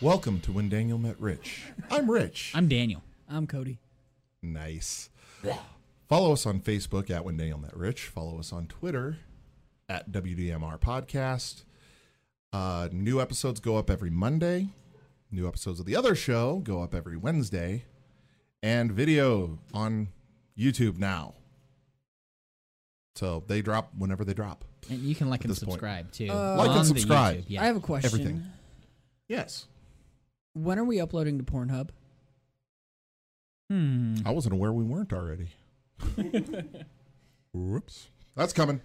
Welcome to When Daniel Met Rich. I'm Rich. I'm Daniel. I'm Cody. nice. Follow us on Facebook at When Daniel Met Rich. Follow us on Twitter at WDMR Podcast. Uh, new episodes go up every Monday. New episodes of the other show go up every Wednesday. And video on YouTube now. So they drop whenever they drop. And you can like and this point. subscribe too. Like and on the subscribe. YouTube, Yeah. Uh, I have a question. Everything. Yes. When are we uploading to Pornhub? hmm. I wasn't aware we weren't already. Whoops. That's coming.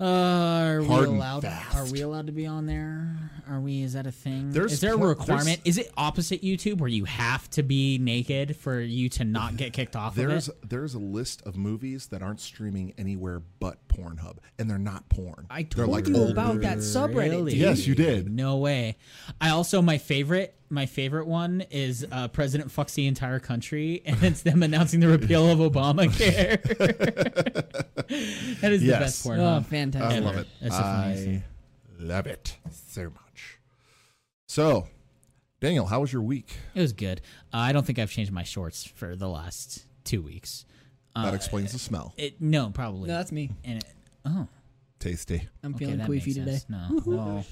Uh, are Hard we and allowed? Are fast. we allowed to be on there? Are we? Is that a thing? There's is there a pl- requirement? Is it opposite YouTube where you have to be naked for you to not get kicked off? There's Of it? there's a list of movies that aren't streaming anywhere but Pornhub, and they're not porn. I They're told like you old- about that subreddit, Really? dude. Yes, you did. No way. I also my favorite my favorite one is uh, President fucks the entire country, and it's them announcing the repeal of Obamacare. that is the Yes. best porn. Oh, huh? fantastic. I Ever. love it. That's the funniest I thing. love it so much. So, Daniel, how was your week? It was good. Uh, I don't think I've changed my shorts for the last two weeks. That explains the smell. Uh, It, no, probably. No, that's me. and it, oh, Tasty. I'm okay, feeling that queefy makes today. sense. No, well,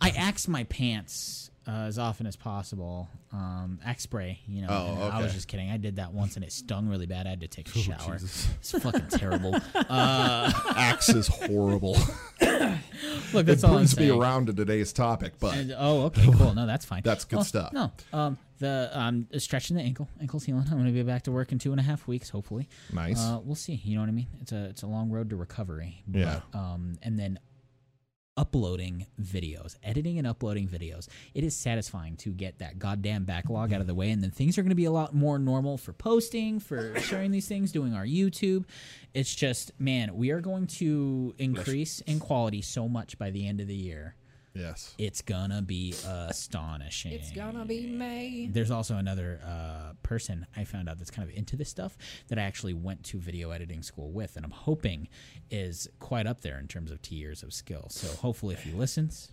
I axe my pants uh, as often as possible. Um, axe spray, you know. Oh, and I was okay. Oh, just kidding. I did that once and it stung really bad. I had to take a shower. Jesus. It's fucking terrible. Uh, Axe is horrible. look, it that's all I'm brings me saying. around to today's topic, but And- oh, okay, cool. No, that's fine. That's good Well, stuff. No, um, the um, stretching the ankle, ankle's healing. I'm gonna be back to work in two and a half weeks, hopefully. Nice. Uh, we'll see. You know what I mean? It's a it's a long road to recovery. But, Yeah. Um, and then uploading videos, editing and uploading videos. It is satisfying to get that goddamn backlog out of the way, and then things are gonna be a lot more normal for posting, for sharing these things, doing our YouTube. It's just, man, we are going to increase in quality so much by the end of the year yes. it's gonna be astonishing. It's gonna be May. There's also another uh, person I found out that's kind of into this stuff that I actually went to video editing school with, and I'm hoping is quite up there in terms of tiers of skill. So hopefully, if he listens,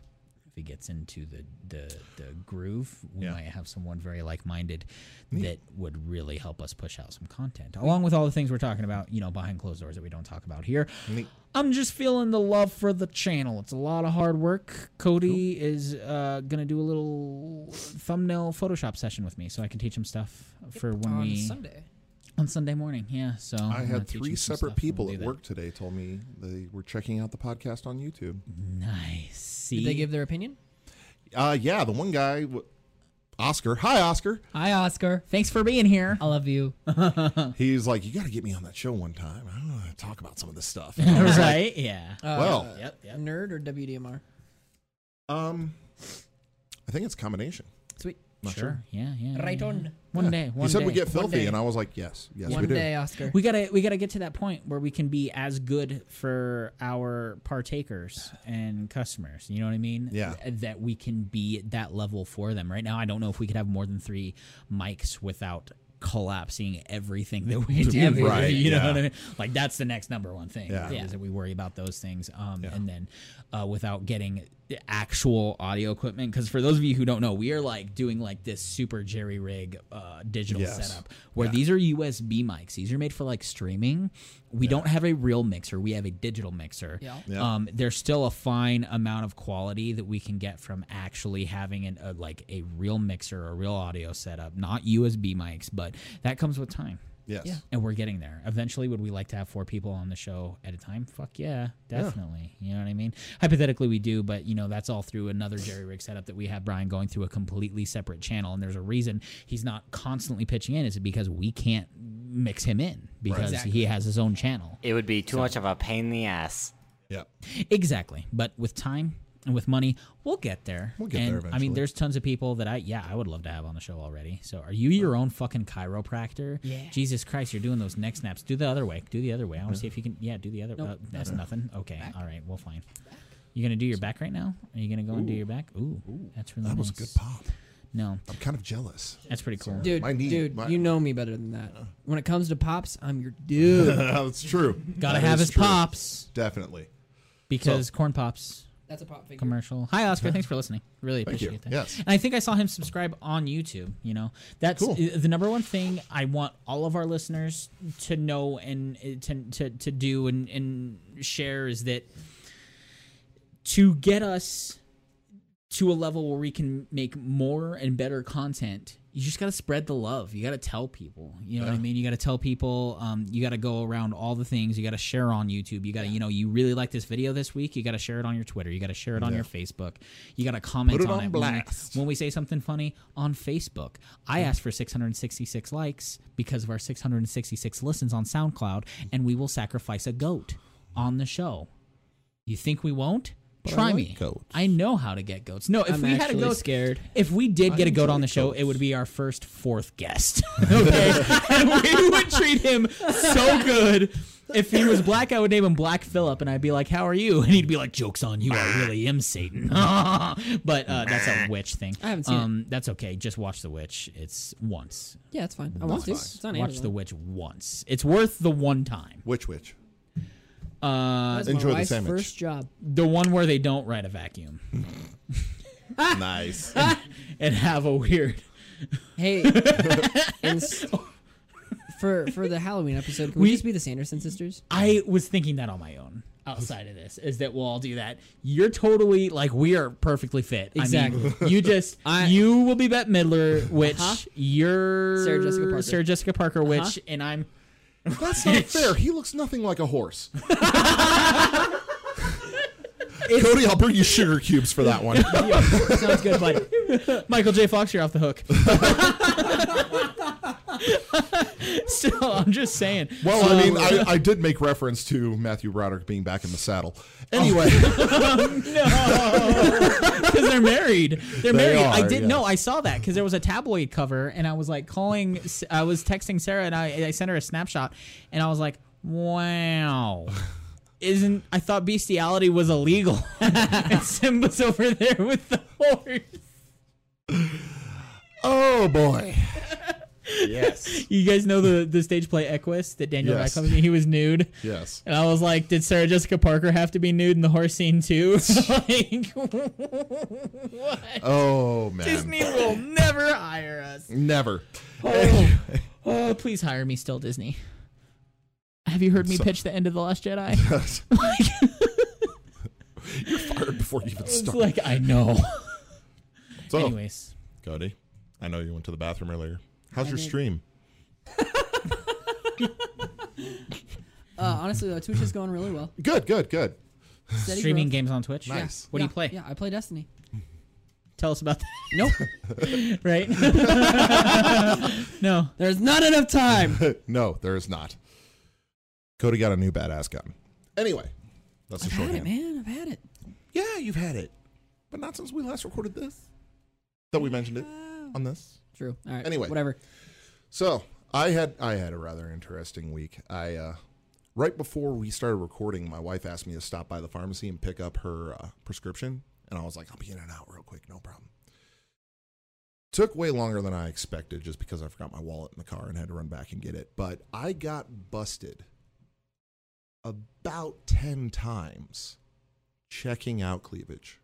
if he gets into the the, the groove, we Yeah. might have someone very like minded that would really help us push out some content, along with all the things we're talking about, you know, behind closed doors that we don't talk about here. I'm just feeling the love for the channel. It's a lot of hard work. Cody is uh, gonna do a little thumbnail Photoshop session with me, so I can teach him stuff for when on we Sunday. on Sunday morning. Yeah, so I I'm gonna had teach three him some separate stuff and people we'll at do work today told me they were checking out the podcast on YouTube. that. Nice. See, Did they give their opinion? Uh, yeah, the one guy, w- Oscar. Hi, Oscar. Hi, Oscar. thanks for being here. I love you. He's like, you got to get me on that show one time. I don't want to talk about some of this stuff. right? Yeah. well, yep. Yep. Uh, Nerd or WDMR? um, I think it's a combination. Sweet. Not sure. Sure. Yeah. Yeah. Right yeah. on. One day. One he said day. we get filthy, day. and I was like, yes, yes, One we do. day, Oscar. We gotta we gotta get to that point where we can be as good for our partakers and customers. You know what I mean? Yeah. Th- That we can be at that level for them. Right now, I don't know if we could have more than three mics without collapsing everything that we do. Right, You know yeah. what I mean? Like that's the next number one thing. Yeah. Is that we worry about those things. Um, and then uh, without getting the actual audio equipment because for those of you who don't know we are like doing like this super jerry rig uh, digital Yes. setup where these are USB mics. These are made for like streaming. We don't have a real mixer. We have a digital mixer. Yeah. Yeah. Um, there's still a fine amount of quality that we can get from actually having an, a, like a real mixer, a real audio setup, not USB mics, but that comes with time. Yes. Yeah. And we're getting there. Eventually, would we like to have four people on the show at a time? Fuck yeah, definitely. You know what I mean? Hypothetically, we do, but you know that's all through another Jerry Rig setup that we have Brian going through a completely separate channel, and there's a reason he's not constantly pitching in. Is it because we can't mix him in because he has his own channel? It would be too much of a pain in the ass. Yep. Exactly. But with time and with money, we'll get there. We'll get and, there I eventually. mean, there's tons of people that I, yeah, I would love to have on the show already. So are you your own fucking chiropractor? Yeah. Jesus Christ, you're doing those neck snaps. Do the other way. Do the other way. I want to see if you can, yeah, do the other uh, That's nothing. Okay. All right. Well, fine. You gonna do your back right now? Are you gonna go and do your back? Ooh, that's really That was a nice. good pop. No, I'm kind of jealous. that's pretty cool. Dude, My knee- dude, my- you know me better than Uh. that. When it comes to pops, I'm your dude. That's true. Gotta That have is his true. pops Definitely. because corn pops. That's a pop figure. commercial. Hi, Oscar. Thanks for listening. Really Thank you. appreciate that. Yes. And I think I saw him subscribe on YouTube. You know, that's Cool. i- the number one thing I want all of our listeners to know and uh, to, to, to do and, and share is that to get us to a level where we can make more and better content you just got to spread the love you got to tell people you know what i mean you got to tell people um, you got to go around all the things you got to share on youtube you got to you know you really like this video this week you got to share it on your twitter you got to share it on your facebook you got to comment Put it on on, it when we- blast. when we say something funny on facebook i asked for 666 likes because of our 666 listens on soundcloud and we will sacrifice a goat on the show you think we won't? But I Try like me. goats. I know how to get goats. No, if I'm we had a actually goat, scared. if we did get a goat on the show, it would be our first fourth guest. okay, and we would treat him so good. If he was black, I would name him Black Phillip, and I'd be like, "How are you?" And he'd be like, "Jokes on you, I really am Satan." but uh, that's a witch thing. I haven't seen it. um, That's okay. Just watch The Witch. It's once. Yeah, it's fine. I want to. fine. It's on watch The Amazon. Witch once. It's worth the one time. Which which? Uh, That's Enjoy my the wife's sandwich. First job. the one where they don't ride a vacuum. nice. and have a weird. Hey, and s- for for the Halloween episode, can We- we just be the Sanderson sisters? I was thinking that on my own outside of this is that we'll all do that. You're totally like we are perfectly fit. I Exactly. mean, you just I- you will be Bette Midler, which Uh-huh. you're Sarah Jessica Parker. Uh-huh. Sarah Jessica Parker, which and I'm That's not fair. He looks nothing like a horse. Cody, I'll bring you sugar cubes for that one. sounds good, buddy. Michael J. Fox, you're off the hook. so I'm just saying. Well, So- I mean, I, I did make reference to Matthew Broderick being back in the saddle. Anyway, because Oh, they're married. They're They married. I are, didn't yeah. know. I saw that because there was a tabloid cover, and I was like calling. I was texting Sarah, and I, I sent her a snapshot, and I was like, "Wow." Isn't I thought bestiality was illegal? and Simba's over there with the horse. oh boy, Yes. You guys know the the stage play Equus that Daniel Yes. Radcliffe did? He was nude, yes, and I was like, "Did Sarah Jessica Parker have to be nude in the horse scene too?" like, oh man, Disney will never hire us. never. Oh, oh, please hire me still, Disney. Have you heard me pitch the end of The Last Jedi? You're fired before you even It's start. like, I know. so, Anyways, Cody, I know you went to the bathroom earlier. How's your did. stream? Uh, honestly, though, Twitch is going really well. Good, good, good. Steady streaming growth. games on Twitch. Nice. What do you Yeah, play? Yeah, I play Destiny. Tell us about that, Nope, right? no. there's not enough time. no, there is not. Cody got a new badass gun. Anyway, that's a I've short had it, hand. man. I've had it. Yeah, you've had it, but not since we last recorded this. That we mentioned it Oh. on this. True. All right. Anyway. whatever. So I had I had a rather interesting week. I uh, right before we started recording, my wife asked me to stop by the pharmacy and pick up her uh, prescription, and I was like, "I'll be in and out real quick, no problem." Took way longer than I expected, just because I forgot my wallet in the car and had to run back and get it. But I got busted about ten times checking out cleavage.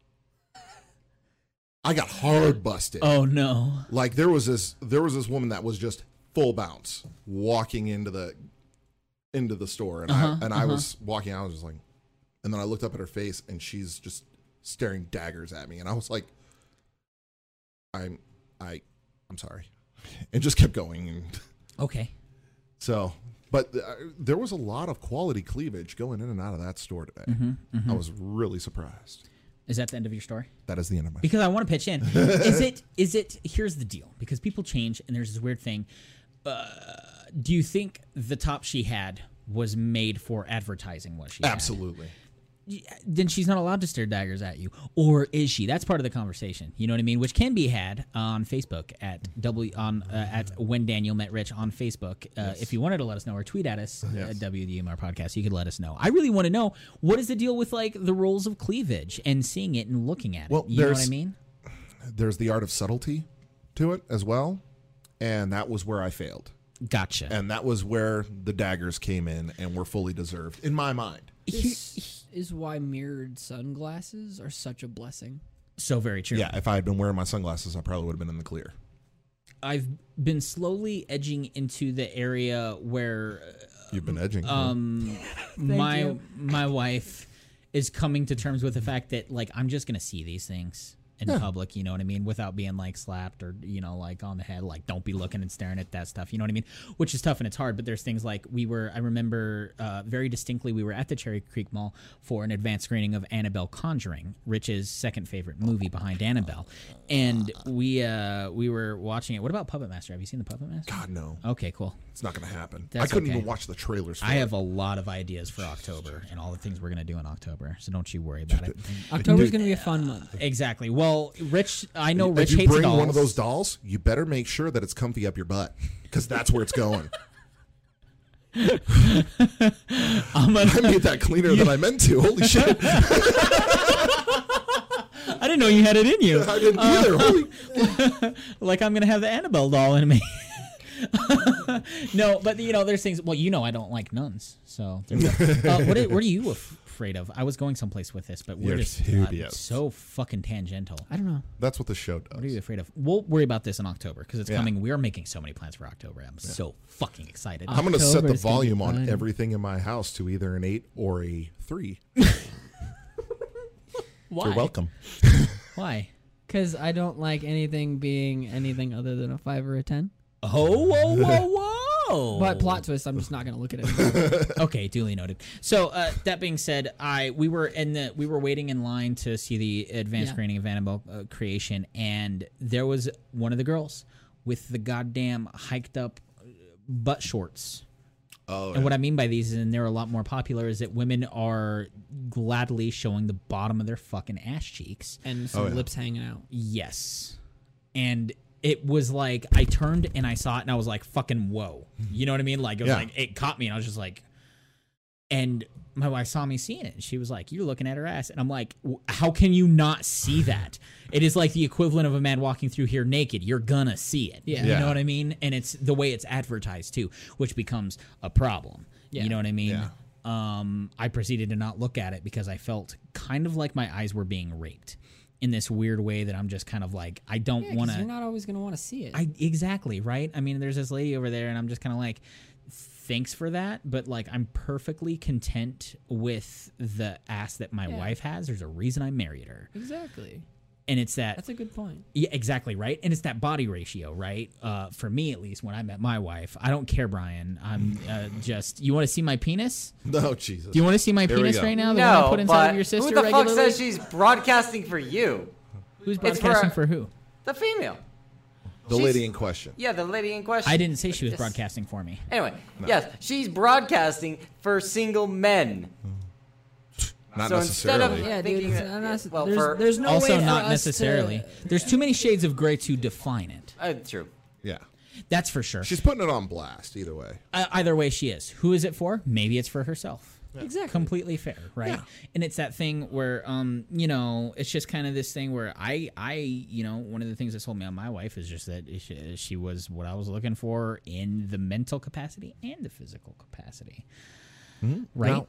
I got hard busted Oh, no. like there was this there was this woman that was just full bounce walking into the into the store and Uh-huh, I and I was walking out I was just like and then I looked up at her face and she's just staring daggers at me and I was like I'm I I'm sorry and just kept going and Okay. so but uh, there was a lot of quality cleavage going in and out of that store today Mm-hmm, I was really surprised Is that the end of your story? that is the end of my because I want to pitch in. Is it? Is it? Here's the deal. Because people change, and there's this weird thing. Uh, do you think the top she had was made for advertising? What she had? absolutely Then she's not allowed to stare daggers at you, or is she? That's part of the conversation. You know what I mean? Which can be had on Facebook at w on uh, at when Daniel met Rich on Facebook. Uh, If you wanted to let us know or tweet at us uh, at WDMR podcast, you could let us know. I really want to know what is the deal with like the rules of cleavage and seeing it and looking at Well, it. You know what I there's- mean? there's the art of subtlety to it as well and that was where I failed Gotcha. Uh, and that was where the daggers came in and were fully deserved in my mind. This is why mirrored sunglasses are such a blessing. So very true. Yeah, if I had been wearing my sunglasses, I probably would have been in the clear. I've been slowly edging into the area where You've been edging. huh? um my you. my wife is coming to terms with the fact that like I'm just gonna see these things in public, you know what I mean, without being like slapped or you know like on the head, like don't be looking and staring at that stuff, you know what I mean, which is tough and it's hard. But there's things like we were, I remember uh, very distinctly, we were at the Cherry Creek Mall for an advanced screening of Annabelle Conjuring, Rich's second favorite movie behind Annabelle, and we uh, we were watching it. What about Puppet Master? Have you seen the Puppet Master? Mm-hmm. God no, Okay, cool. it's not going to happen. I oh. That's couldn't okay. even watch the trailers. For I it. have a lot of ideas for October and all the things we're going to do in October, so don't you worry about it. October's gonna be a fun month. Exactly. Well, Rich, I know If Rich you hates bring dolls. one of those dolls, you better make sure that it's comfy up your butt because that's where it's going. I'm I gonna- made that cleaner than I meant to. Holy shit! I didn't know you had it in you. I didn't Uh, either. Holy. like I'm gonna have the Annabelle doll in me. no, but you know, there's things. Well, you know, I don't like nuns. So, there we go. uh, what, are, what are you af- afraid of? I was going someplace with this, but we're You're just too uh, idiots. so fucking tangential. I don't know. That's what the show What are you does. afraid of? We'll worry about this in October because it's Yeah. coming. We are making so many plans for October. I'm so fucking excited. I'm going to set the October's gonna be volume on fun. everything in my house to either an eight or a three. Why? You're welcome. Why? Cause I don't like anything being anything other than a five or a ten. Oh, whoa, whoa, whoa! Oh. But plot twist, I'm just not gonna look at it. okay, duly noted. So uh, that being said, I we were in the we were waiting in line to see the advanced Yeah. screening of Annabelle uh, Creation, and there was one of the girls with the goddamn hiked up uh, butt shorts. Oh, And what I mean by these, and they're a lot more popular, is that women are gladly showing the bottom of their fucking ass cheeks. and some Oh, yeah. lips hanging out. Yes. And it was like I turned and I saw it and I was like, fucking whoa. You know what I mean? Like it was Mm-hmm. Yeah. like it caught me and I was just like and my wife saw me seeing it and she was like, You're looking at her ass. And I'm like, "W- How can you not see that? It is like the equivalent of a man walking through here naked. You're gonna see it. Yeah. You Yeah. know what I mean? And it's the way it's advertised too, which becomes a problem. Yeah. You know what I mean? Yeah. um, I proceeded to not look at it because I felt kind of like my eyes were being raped in this weird way that I'm just kind of like, I don't Yeah, want 'cause you're to. not always gonna want to see it. I exactly right. I mean, there's this lady over there, and I'm just kind of like, thanks for that, but like, I'm perfectly content with the ass that my Yeah. wife has. There's a reason I married her, exactly. and it's that That's a good point. yeah, exactly right, and it's that body ratio, right? Uh, for me, at least, when I met my wife, I don't care, Brian. I'm uh, just. You want to see my penis? No, Oh, Jesus. Do you want to see my There we penis go. right now? The one I No, put inside but of your sister who the fuck regularly? says she's broadcasting for you? Who's It's for broadcasting a- for, who? The female. the She's- lady in question. Yeah, the lady in question. I didn't say she was Yes. broadcasting for me. Anyway, yes, she's broadcasting for single men. Not So instead necessarily. of- Yeah, dude. Thinking It's, that- I'm not- well, there's, for- there's no way also, for not us necessarily. To, There's too many shades of gray to define it. Uh, true. yeah. That's for sure. She's putting it on blast either way. Uh, either way, she is. Who is it for? Maybe it's for herself. Exactly. Completely fair, right? Yeah. And it's that thing where, um, you know, it's just kind of this thing where I, I, you know, one of the things that's sold me on my wife is just that she, she was what I was looking for in the mental capacity and the physical capacity, right? Mm-hmm. Now-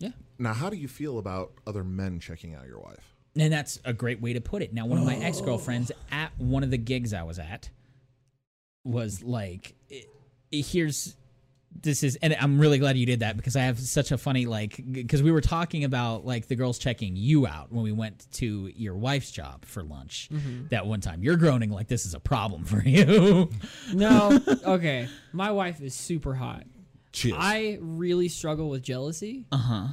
yeah. Now, how do you feel about other men checking out your wife? And that's a great way to put it. Now, one of my ex girlfriends at one of the gigs I was at was like, i i- here's this is, and I'm really glad you did that because I have such a funny, like, because we were talking about like the girls checking you out when we went to your wife's job for lunch that one time. You're groaning like this is a problem for you. no. Okay. My wife is super hot. She is. I really struggle with jealousy. uh huh.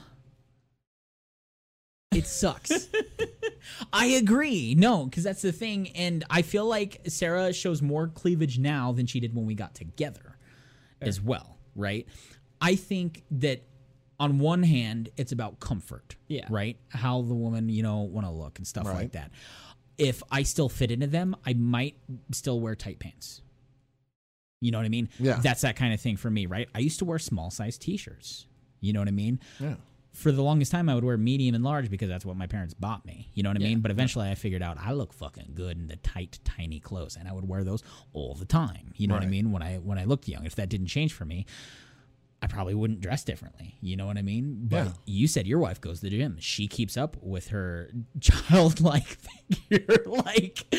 It sucks. I agree. No, because that's the thing. And I feel like Sarah shows more cleavage now than she did when we got together as well, right? I think that on one hand, it's about comfort. Yeah. Right? How the woman, you know, want to look and stuff like Right. that. If I still fit into them, I might still wear tight pants. You know what I mean? Yeah. That's that kind of thing for me, right? I used to wear small size t shirts. You know what I mean? yeah. for the longest time I would wear medium and large because that's what my parents bought me. You know what I Yeah. mean? But eventually I figured out I look fucking good in the tight, tiny clothes, and I would wear those all the time. You know what I Right. mean? When I when I looked young, if that didn't change for me, I probably wouldn't dress differently. You know what I mean? But Yeah. you said your wife goes to the gym. She keeps up with her childlike figure, like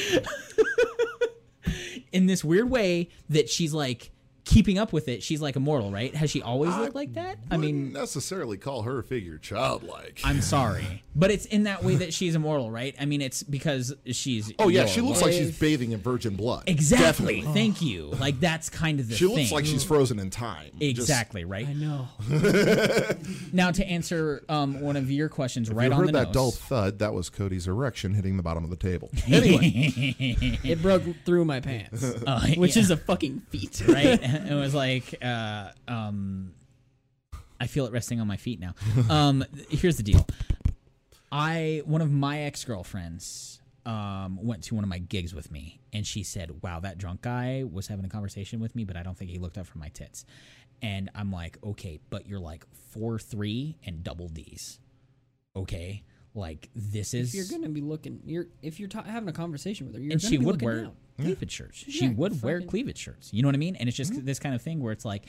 in this weird way that she's like keeping up with it. She's like immortal, right? Has she always looked like that? I mean, Wouldn't necessarily call her figure childlike. I'm sorry, but it's in that way that she's immortal, right? I mean, it's because she's. oh yeah, your she looks wife. like she's bathing in virgin blood. exactly. Definitely. Thank you. Like that's kind of the She looks thing. like she's frozen in time. Just- exactly right. I know. Now to answer um, one of your questions, right you on heard the that nose. dull thud? That was Cody's erection hitting the bottom of the table. It broke through my pants, Uh, which yeah, is a fucking feat. right. it was like, uh, um, I feel it resting on my feet now. Um, here's the deal. I one of my ex girlfriends um, went to one of my gigs with me, and she said, "Wow, that drunk guy was having a conversation with me, but I don't think he looked up from my tits." And I'm like, "Okay, but you're like four three and double D's, okay? Like this is If you're gonna be looking, you're if you're ta- having a conversation with her, you're and gonna she be would looking wear down. cleavage shirts. She Yeah, would wear fucking- Mm-hmm. cleavage shirts. You know what I mean? And it's just this kind of thing where it's like,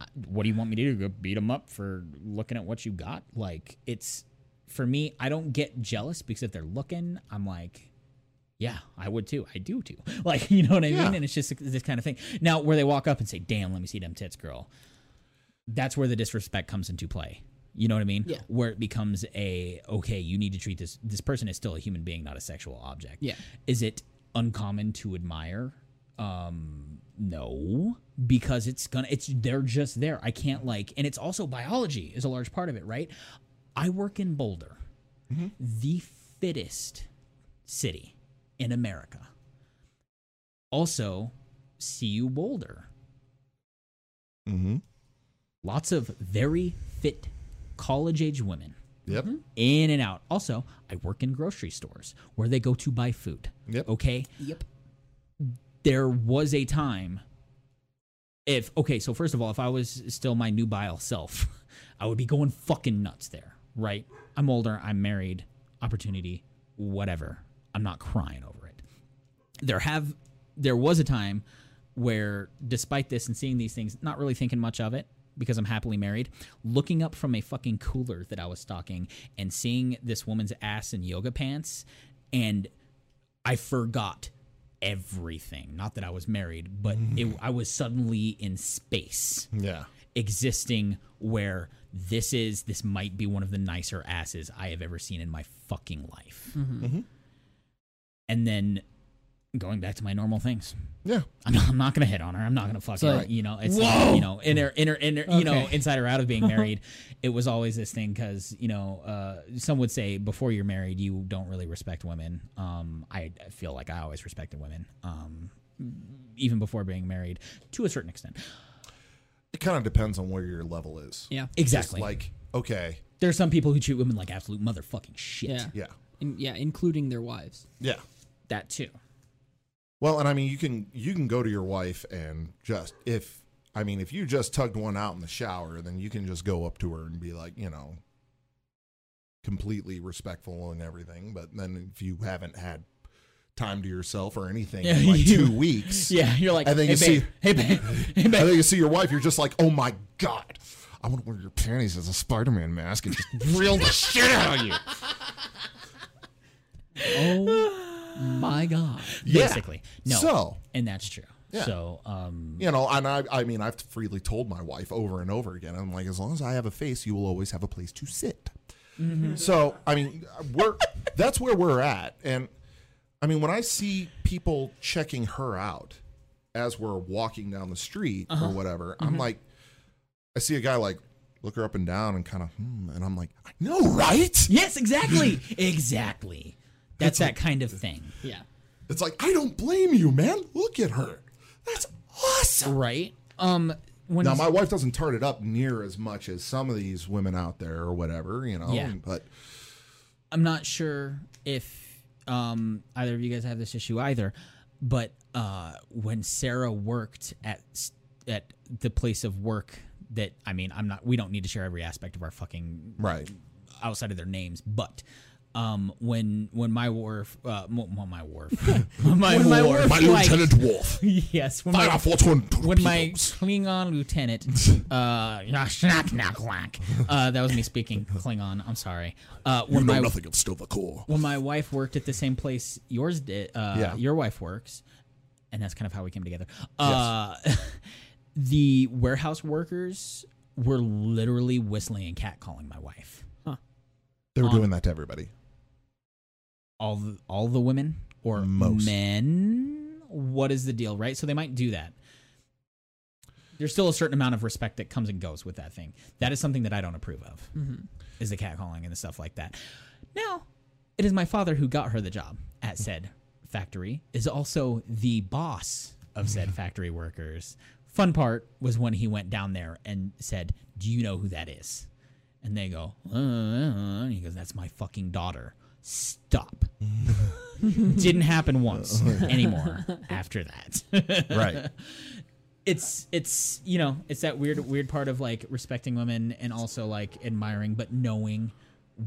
I- what do you want me to do? Go beat them up for looking at what you got? Like it's for me. I don't get jealous because if they're looking, I'm like. Yeah, I would too. I do too. Like, you know what I Yeah. mean? And it's just this kind of thing. Now, where they walk up and say, "Damn, let me see them tits, girl." That's where the disrespect comes into play. You know what I mean? Yeah. Where it becomes a okay, you need to treat this this person is still a human being, not a sexual object. Yeah. Is it uncommon to admire? Um no, because it's gonna it's they're just there. I can't like and it's also biology is a large part of it, right? I work in Boulder. The fittest city in America. Also, CU Boulder. hmm Lots of very fit college age women Yep. Mm-hmm. in and out. Also, I work in grocery stores where they go to buy food. Yep. Okay. Yep. There was a time if okay, so first of all, if I was still my nubile self, I would be going fucking nuts there, right? I'm older, I'm married, opportunity, whatever. I'm not crying over it. There have there was a time where despite this and seeing these things, not really thinking much of it because I'm happily married, looking up from a fucking cooler that I was stocking and seeing this woman's ass in yoga pants and I forgot everything. Not that I was married, but it, I was suddenly in space, Yeah. existing where this is, this might be one of the nicer asses I have ever seen in my fucking life. And then going back to my normal things. Yeah. I'm not, I'm not gonna hit on her. I'm not gonna fuck So, her. You know, it's like, you know, inner, inner, inner, you know, Okay. inside or out of being married, it was always this thing because you know, uh, some would say before you're married, you don't really respect women. Um, I I feel like I always respected women, um, even before being married, to a certain extent. It kind of depends on where your level is. Yeah. Exactly. Like, okay. There's some people who treat women like absolute motherfucking shit. Yeah. Yeah. In, yeah, including their wives. Yeah. That too. Well, and I mean, you can you can go to your wife and just if I mean, if you just tugged one out in the shower, then you can just go up to her and be like, you know, completely respectful and everything. But then if you haven't had time to yourself or anything in Yeah, like you- two weeks, Yeah, you're like, And then hey, you babe, see- hey babe, hey and babe. then you see your wife, you're just like, oh my god, I want to wear your panties as a Spider-Man mask and just reel the shit out of you. Oh my god. Yeah. Basically, no. So- and that's true. Yeah. So, um, You know, and I, I mean, I've freely told my wife over and over again. I'm like, as long as I have a face, you will always have a place to sit. So, I mean, we're that's where we're at. And I mean, when I see people checking her out as we're walking down the street or whatever, I'm like, I see a guy like look her up and down and kind of, hmm, and I'm like, I know, right? Yes, exactly. exactly. That's that kind of thing. Yeah. It's like, I don't blame you, man. Look at her. That's awesome. Right? Um when Now, my wife doesn't turn it up near as much as some of these women out there or whatever, you know. Yeah. But I'm not sure if um either of you guys have this issue either, but uh when Sarah worked at s- at the place of work that I mean, I'm not we don't need to share every aspect of our fucking right, outside of their names, but um, when when my wharf, uh, mo- mo- my wharf, my My wharf, like- Lieutenant Wolf. yes, when Fire my, off what's on when my torpedoes. Klingon lieutenant, uh, knock, knock, knock, uh, that was me speaking Klingon. I'm sorry. Uh, when You know my nothing of Stovacor. when my wife worked at the same place yours did uh Yeah. your wife works and that's kind of how we came together uh the warehouse workers were literally whistling and catcalling my wife They were doing that to everybody. all the, all the women or Most. men what is the deal right so they might do that there's still a certain amount of respect that comes and goes with that thing that is something that i don't approve of is the catcalling and the stuff like that now it is my father who got her the job at said factory is also the boss of said factory workers fun part was when he went down there and said do you know who that is and they go, uh, uh, uh," and he goes, that's my fucking daughter. Stop. Didn't happen once anymore after that. Right. it's it's you know it's that weird weird part of like respecting women and also like admiring but knowing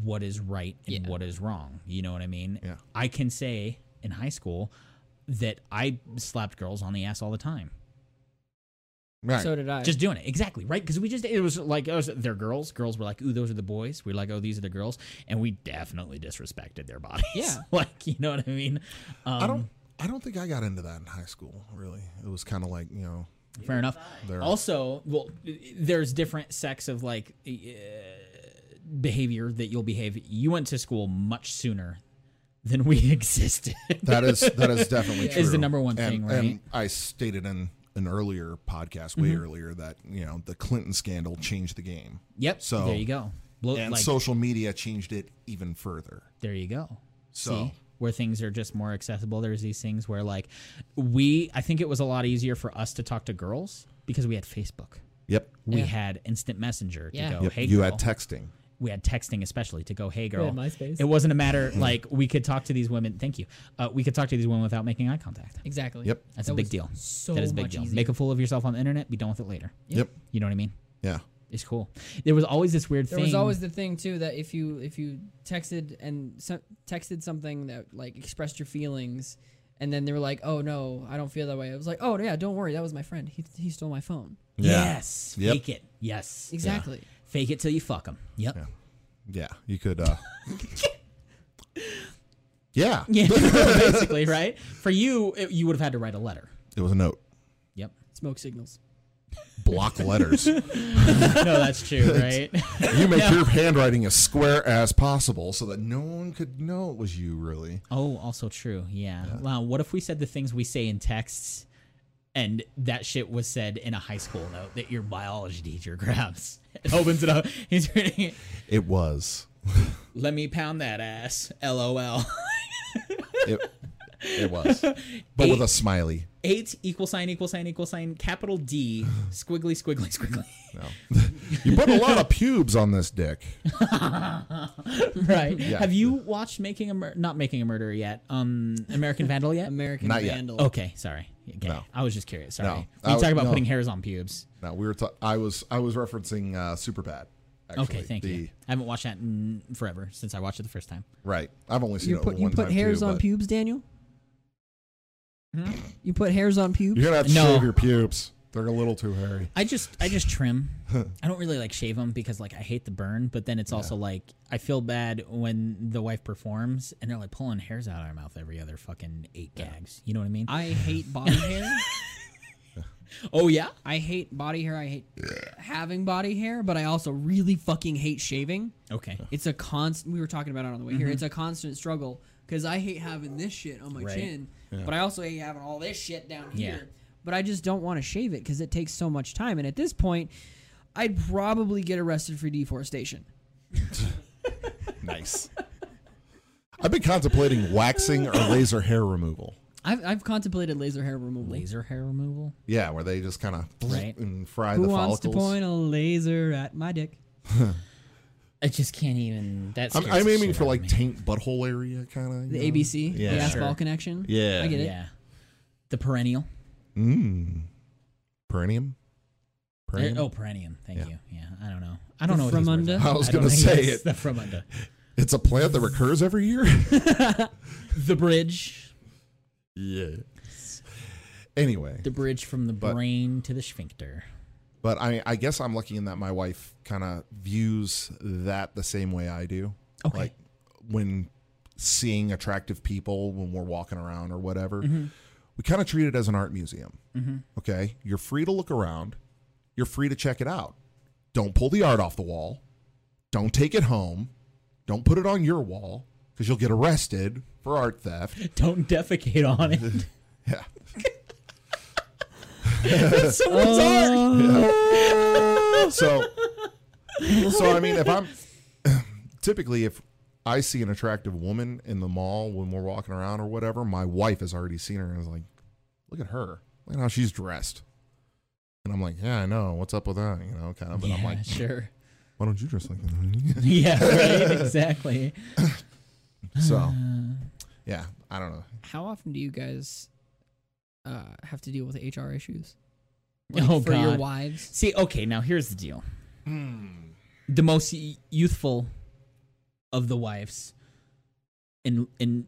what is right and Yeah. what is wrong. You know what I mean? Yeah. I can say in high school that I slapped girls on the ass all the time. right. So did I. Just doing it exactly right because we just it was like oh, so they're girls. Girls were like, "Ooh, those are the boys." We are like, "Oh, these are the girls," and we definitely disrespected their bodies. Yeah. like you know what I mean. Um, I don't. I don't think I got into that in high school. Really, it was kind of like you know. fair enough. They're- Also, well, there's different sects of like uh, behavior that you'll behave. You went to school much sooner than we existed. That is that is definitely true. Is the number one And- thing, right? Mm-hmm. And I stated in an earlier podcast, way earlier, that you know the Clinton scandal changed the game, yep. So- there you go. Blow, and like, social media changed it even further. there you go. So- See, where things are just more accessible. There's these things where like we I think it was a lot easier for us to talk to girls because we had Facebook. Yep. We Yeah. had instant messenger to Yeah. go, Oh, hey you girl. had texting. we had texting especially to go, hey girl. had MySpace. It wasn't a matter like we could talk to these women. Thank you. Uh, we could talk to these women without making eye contact. exactly. Yep. That's That a big was deal. so that is a big much deal. easier. Make a fool of yourself on the internet. Be done with it later. Yep. You know what I mean? Yeah. It's cool. There was always this weird There thing. was always the thing too that if you if you texted and se- texted something that like expressed your feelings, and then they were like, "Oh no, I don't feel that way." I was like, "Oh yeah, don't worry, that was my friend. He he stole my phone." yes. Yep. Fake it. Yes. Exactly. Fake it till you fuck them. Yep. Yeah. You could. uh Yeah. Yeah, basically, right? For you, it, you would have had to write a letter. It was a note. Yep. Smoke signals. Block letters. No, that's true, right? You make your handwriting as square as possible so that no one could know it was you, really. oh, also true. Yeah. Wow. What if we said the things we say in texts, and that shit was said in a high school note that your biology teacher grabs and opens it up? He's reading it. It was. Let me pound that ass. LOL. It, it was. But with a smiley. Eight equal sign equal sign equal sign capital D squiggly squiggly squiggly. You put a lot of pubes on this dick. right. Have you watched Making a Mur- not Making a Murderer yet? Um, American Vandal yet? American Not yet. Oh, Vandal. Okay, sorry. Okay. No. I was just curious. Sorry. No. We I talk was- about no. putting hairs on pubes. No, we were. Ta- I was. I was referencing uh, Superbad. Actually. Okay, thank The- you. I haven't watched that in forever since I watched it the first time. Right. I've only seen You it put you one put time hairs too, on but- pubes, Daniel. You put hairs on pubes. You're gonna have to No. shave your pubes. They're a little too hairy. I just I just trim. I don't really like shave them because like I hate the burn, but then it's also like I feel bad when the wife performs and they're like pulling hairs out of her mouth every other fucking eight gags. You know what I mean? I hate body hair. oh yeah. I hate body hair. I hate having body hair, but I also really fucking hate shaving. Okay. It's a constant. We were talking about it on the way here. It's a constant struggle because I hate having this shit on my Right. chin, but I also hate having all this shit down Yeah. here. But I just don't want to shave it because it takes so much time. And at this point, I'd probably get arrested for deforestation. Nice. I've been contemplating waxing or laser hair removal. I've, I've contemplated laser hair removal. Laser hair removal. Yeah, where they just kind of Right. and fry Who the wants to follicles. point a laser at my dick? I just can't even. That's. I'm, I'm aiming for like taint butthole area kind of The ABC, Yeah. the Sure. asphalt connection. Yeah. I get it. yeah, the perennial. Mm. Perineum. There- Perineum. Oh, perennium. Thank Yeah. you. Yeah, I don't know. I don't know. what from these words under? are. I was don't gonna think say that's it. The from under. It's a plant that recurs every year. The bridge. yeah. Anyway, The bridge from the But- brain to the sphincter. but I I guess I'm lucky in that my wife kind of views that the same way I do. Okay. Like when seeing attractive people when we're walking around or whatever, we kind of treat it as an art museum. Okay, you're free to look around, you're free to check it out. Don't pull the art off the wall. Don't take it home. Don't put it on your wall because you'll get arrested for art theft. Don't defecate on it. Yeah. That's someone's Oh, art. so so i mean if i'm typically if i see an attractive woman in the mall when we're walking around or whatever my wife has already seen her and is like look at her look at how she's dressed and i'm like yeah i know what's up with that you know kind of but i'm Yeah, like hmm. sure. why don't you dress like that Yeah, right, exactly. so yeah i don't know How often do you guys uh, have to deal with HR issues? oh for god. your wives? See, okay, now here's the deal. Hmm. The most y- youthful of the wives in in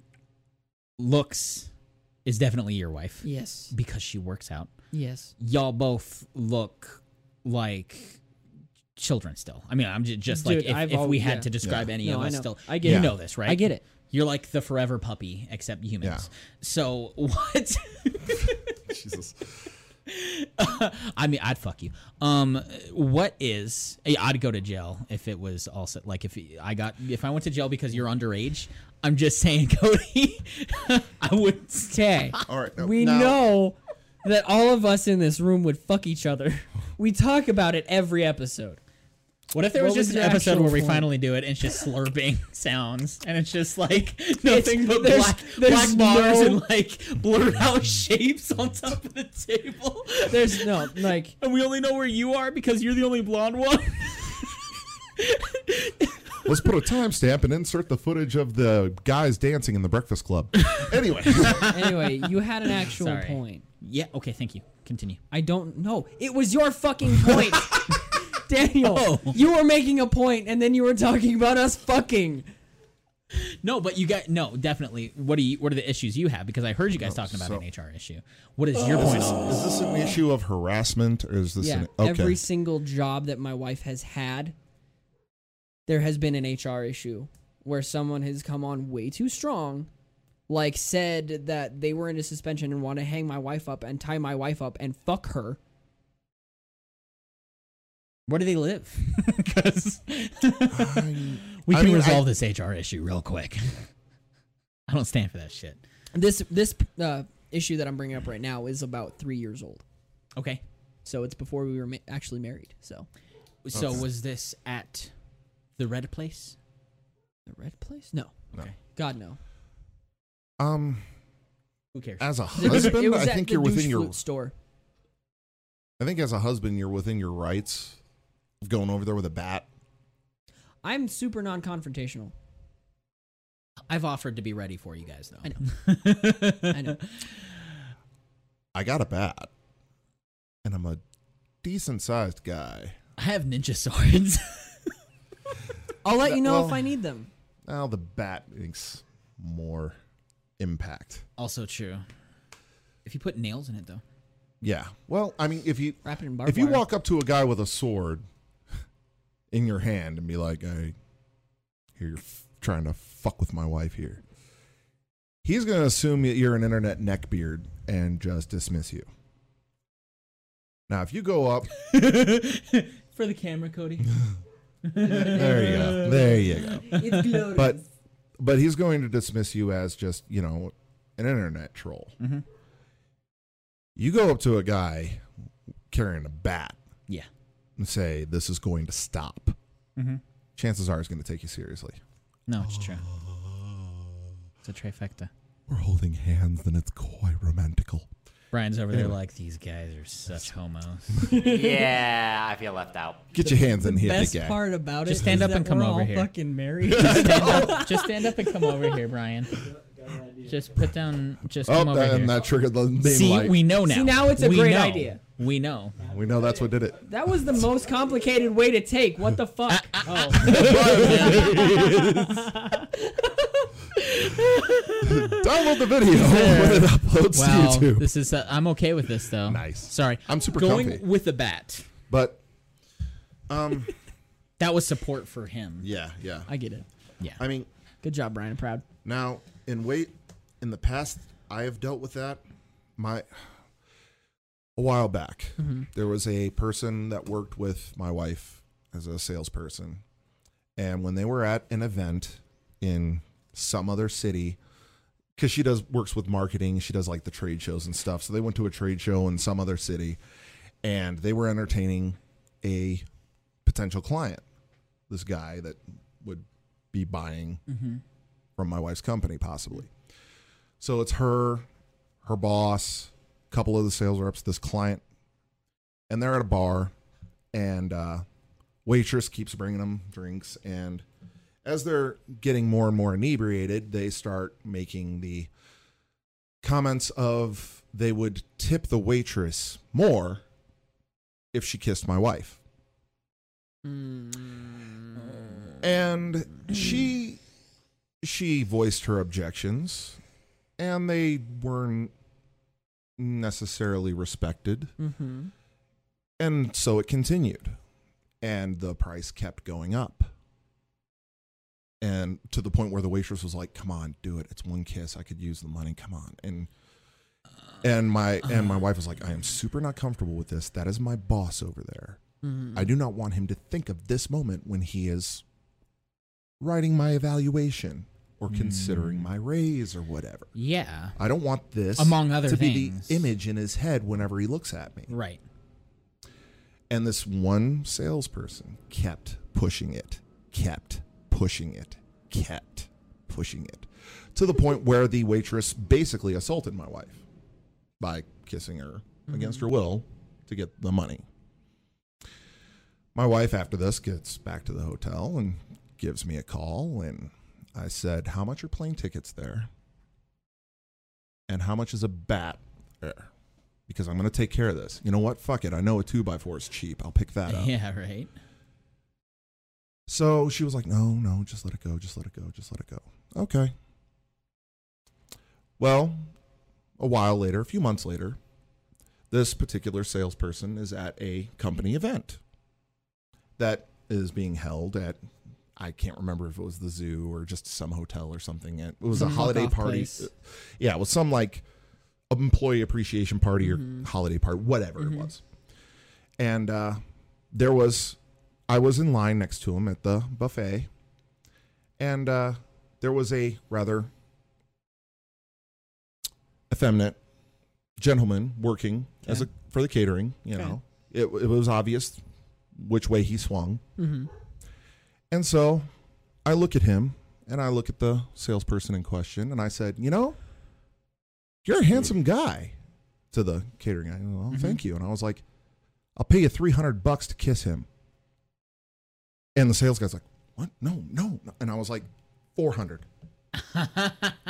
looks is definitely your wife Yes. because she works out. Yes. Y'all both look like children still. I mean, I'm just, just Dude, like if, I've if we al- had yeah. to describe any No, of I us know. still. I get you it. know this, right? I get it. You're like the forever puppy except humans. Yeah. So what? jesus I mean, I'd fuck you. Um, what is? eh, I'd go to jail if it was also like if I got if I went to jail because you're underage. I'm just saying, Cody. I would. Okay. all right no, we now- know that all of us in this room would fuck each other. We talk about it every episode. What if there was What just was an your episode actual where we point? finally do it and it's just slurping sounds and it's just like nothing but there's- black, there's black bars no- and like blurred out shapes on top of the table. There's no like And we only know where you are because you're the only blonde one. let's put a timestamp and insert the footage of the guys dancing in the breakfast club anyway anyway, you had an actual Sorry. point. yeah. Okay. Thank you. Continue. I don't know. It was your fucking point. Daniel, Oh. you were making a point and then you were talking about us fucking. No, but you got no. Definitely. What do you? What are the issues you have? Because I heard you guys talking about Oh, so- Oh. an HR issue. What is your point? on this? is this an issue of harassment or is this Yeah. an okay Every single job that my wife has had, there has been an HR issue where someone has come on way too strong, like said that they were into suspension and want to hang my wife up and tie my wife up and fuck her. Where do they live? Because we I can mean, resolve I- this HR issue real quick. I don't stand for that shit. This this uh, issue that I'm bringing up right now is about three years old, Okay. so it's before we were ma- actually married. So So was this at the red place? the red place? No, No. God no. Um, Who cares? as a husband, I think you're within your. store. I think as a husband, you're within your rights of going over there with a bat. I'm super non-confrontational. I've offered to be ready for you guys though. I know. I I know. I got a bat, and I'm a decent sized guy. I have ninja swords. I'll let That- you know if well- I need them. Now the bat makes more impact. also true. If you put nails in it though. Yeah. Well, I mean, if you Wrap it in barbed if you wire. walk up to a guy with a sword in your hand and be like, "Hey, here you're f- trying to fuck with my wife here," he's gonna assume that you're an internet neckbeard and just dismiss you. Now, if you go up, for the camera, Cody. there you go, there you go. it's glorious. But but he's going to dismiss you as just you know an internet troll. Mhm. You go up to a guy carrying a bat Yeah. and say, "This is going to stop." Mm-hmm. Chances are, he's going to take you seriously. No, it's true. It's a trifecta. We're holding hands, then it's quite romantical. Brian's over there Anyway. like these guys are such homos. yeah, I feel left out. Get your hands in here, best big guy. part about it Just stand is up that and come we're over all here. Fucking married. Just stand up, just stand up and come over here, Brian. Just put down. Just oh, come over that, here. Oh, and that triggered the name See, light. we know now. See, now it's a We great know. idea. We know. We know that's what did it. That was the most complicated way to take. What the fuck? Download the video when it uploads Wow, to YouTube. this is. Uh, I'm okay with this though. Nice. Sorry, I'm super going comfy. with the bat. But um, That was support for him. yeah, yeah. I get it. Yeah. I mean, Good job, Brian. I'm proud. Now, in weight, in the past, I have dealt with that. My a while back, there was a person that worked with my wife as a salesperson, and when they were at an event in some other city, because she does works with marketing, she does like the trade shows and stuff. So they went to a trade show in some other city, and they were entertaining a potential client, this guy that would be buying from my wife's company possibly so it's her her boss a couple of the sales reps this client and they're at a bar and uh waitress keeps bringing them drinks and as they're getting more and more inebriated they start making the comments of they would tip the waitress more if she kissed my wife and she she voiced her objections and they weren't necessarily respected Mm-hmm. and so it continued and the price kept going up and to the point where the waitress was like come on do it it's one kiss i could use the money come on and and my and my wife was like i am super not comfortable with this that is my boss over there i do not want him to think of this moment when he is writing my evaluation or considering my raise or whatever Yeah. i don't want this Among other to things. be the image in his head whenever he looks at me Right. and this one salesperson kept pushing it, kept pushing it, kept pushing it to the point where the waitress basically assaulted my wife by kissing her against her will to get the money. My wife, after this, gets back to the hotel and gives me a call. And I said, How much are plane tickets there? And how much is a bat there? because I'm going to take care of this. You know what? Fuck it. I know a two by four is cheap. I'll pick that up. Yeah. Right. So she was like, no, no, just let it go. Just let it go. Just let it go. Okay. Well, a while later, a few months later, this particular salesperson is at a company event that is being held at, I can't remember if it was the zoo or just some hotel or something. It was a Some holiday fuck-off party. Uh, place. Yeah, it was some like employee appreciation party or Mm-hmm. holiday party, whatever it was. And uh, there was I was in line next to him at the buffet, and uh, there was a rather effeminate gentleman working as a for the catering. You know, it, it was obvious which way he swung, Mm-hmm. and so I look at him and I look at the salesperson in question, and I said, "You know, you're a handsome guy." To the catering guy, well, thank you, and I was like, "I'll pay you three hundred bucks to kiss him." And the sales guy's like, "What? No, no." no." And I was like, 400.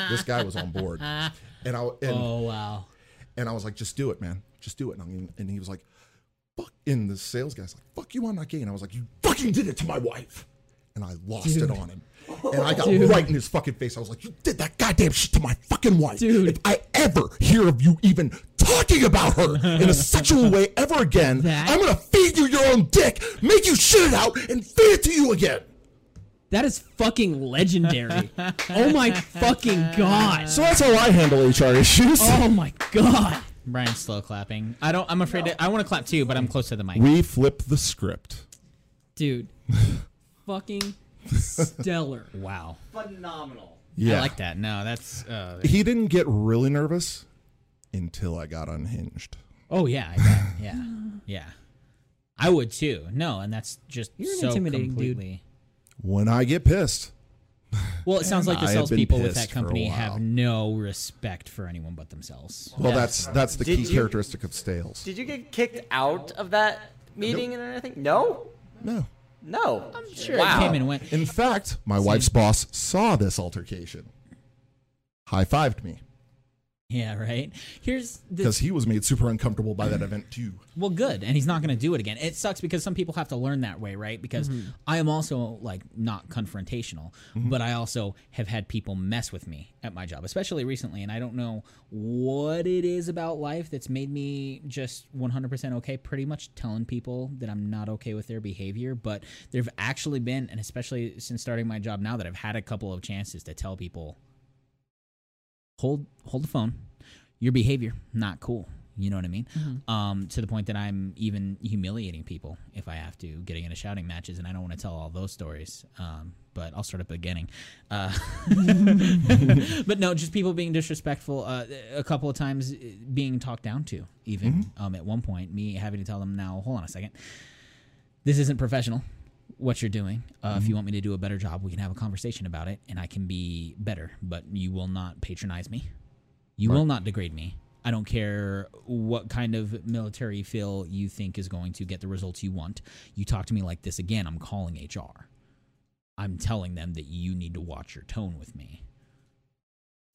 this guy was on board. And I and, Oh wow. and I was like, "Just do it, man. Just do it." And, I'm, and he was like, "Fuck." And the sales guy's like, "Fuck you, I'm not gay." And I was like, "You fucking did it to my wife." And I lost it on him. And I got right in his fucking face. I was like, "You did that goddamn shit to my fucking wife. Dude. If I ever hear of you even talking about her in a sexual way ever again, That- I'm gonna feed you your own dick, make you shit it out, and feed it to you again." That is fucking legendary. oh my fucking god. So that's how I handle HR issues. Oh my god. Brian's slow clapping. I don't. I'm afraid. To, I want to clap too, but I'm close to the mic. We flip the script. Dude. fucking stellar. wow. Phenomenal. Yeah. I like that. No, that's. Uh, He didn't get really nervous until I got unhinged. oh yeah. I bet. Yeah. Yeah. I would too. No, and that's just You're an so intimidating dude. completely. When I get pissed, Well, it sounds like the I have been salespeople with pissed that for a company while. have no respect for anyone but themselves. well, that's that's the Did key you- characteristic of Stales. Did you get kicked out of that meeting and everything? No? No. No. I'm sure They Came and went. In fact, my wife's boss saw this altercation, high fived me, Yeah, right. Here's the because he was made super uncomfortable by that event too. well, good, and he's not going to do it again. It sucks because some people have to learn that way, right? Because I am also like not confrontational, but I also have had people mess with me at my job, especially recently, and I don't know what it is about life that's made me just 100% okay pretty much telling people that I'm not okay with their behavior, but there've actually been and especially since starting my job now that I've had a couple of chances to tell people hold hold the phone. Your behavior not cool. You know what I mean? Um, to the point that I'm even humiliating people if I have to, getting into shouting matches, and I don't want to tell all those stories. Um, but I'll start at the beginning. Uh, but no, just people being disrespectful. Uh, a couple of times uh, being talked down to, even um, at one point, me having to tell them, "Now, hold on a second this isn't professional what you're doing uh, if you want me to do a better job we can have a conversation about it and i can be better but you will not patronize me you will not degrade me i don't care what kind of military feel you think is going to get the results you want you talk to me like this again i'm calling hr i'm telling them that you need to watch your tone with me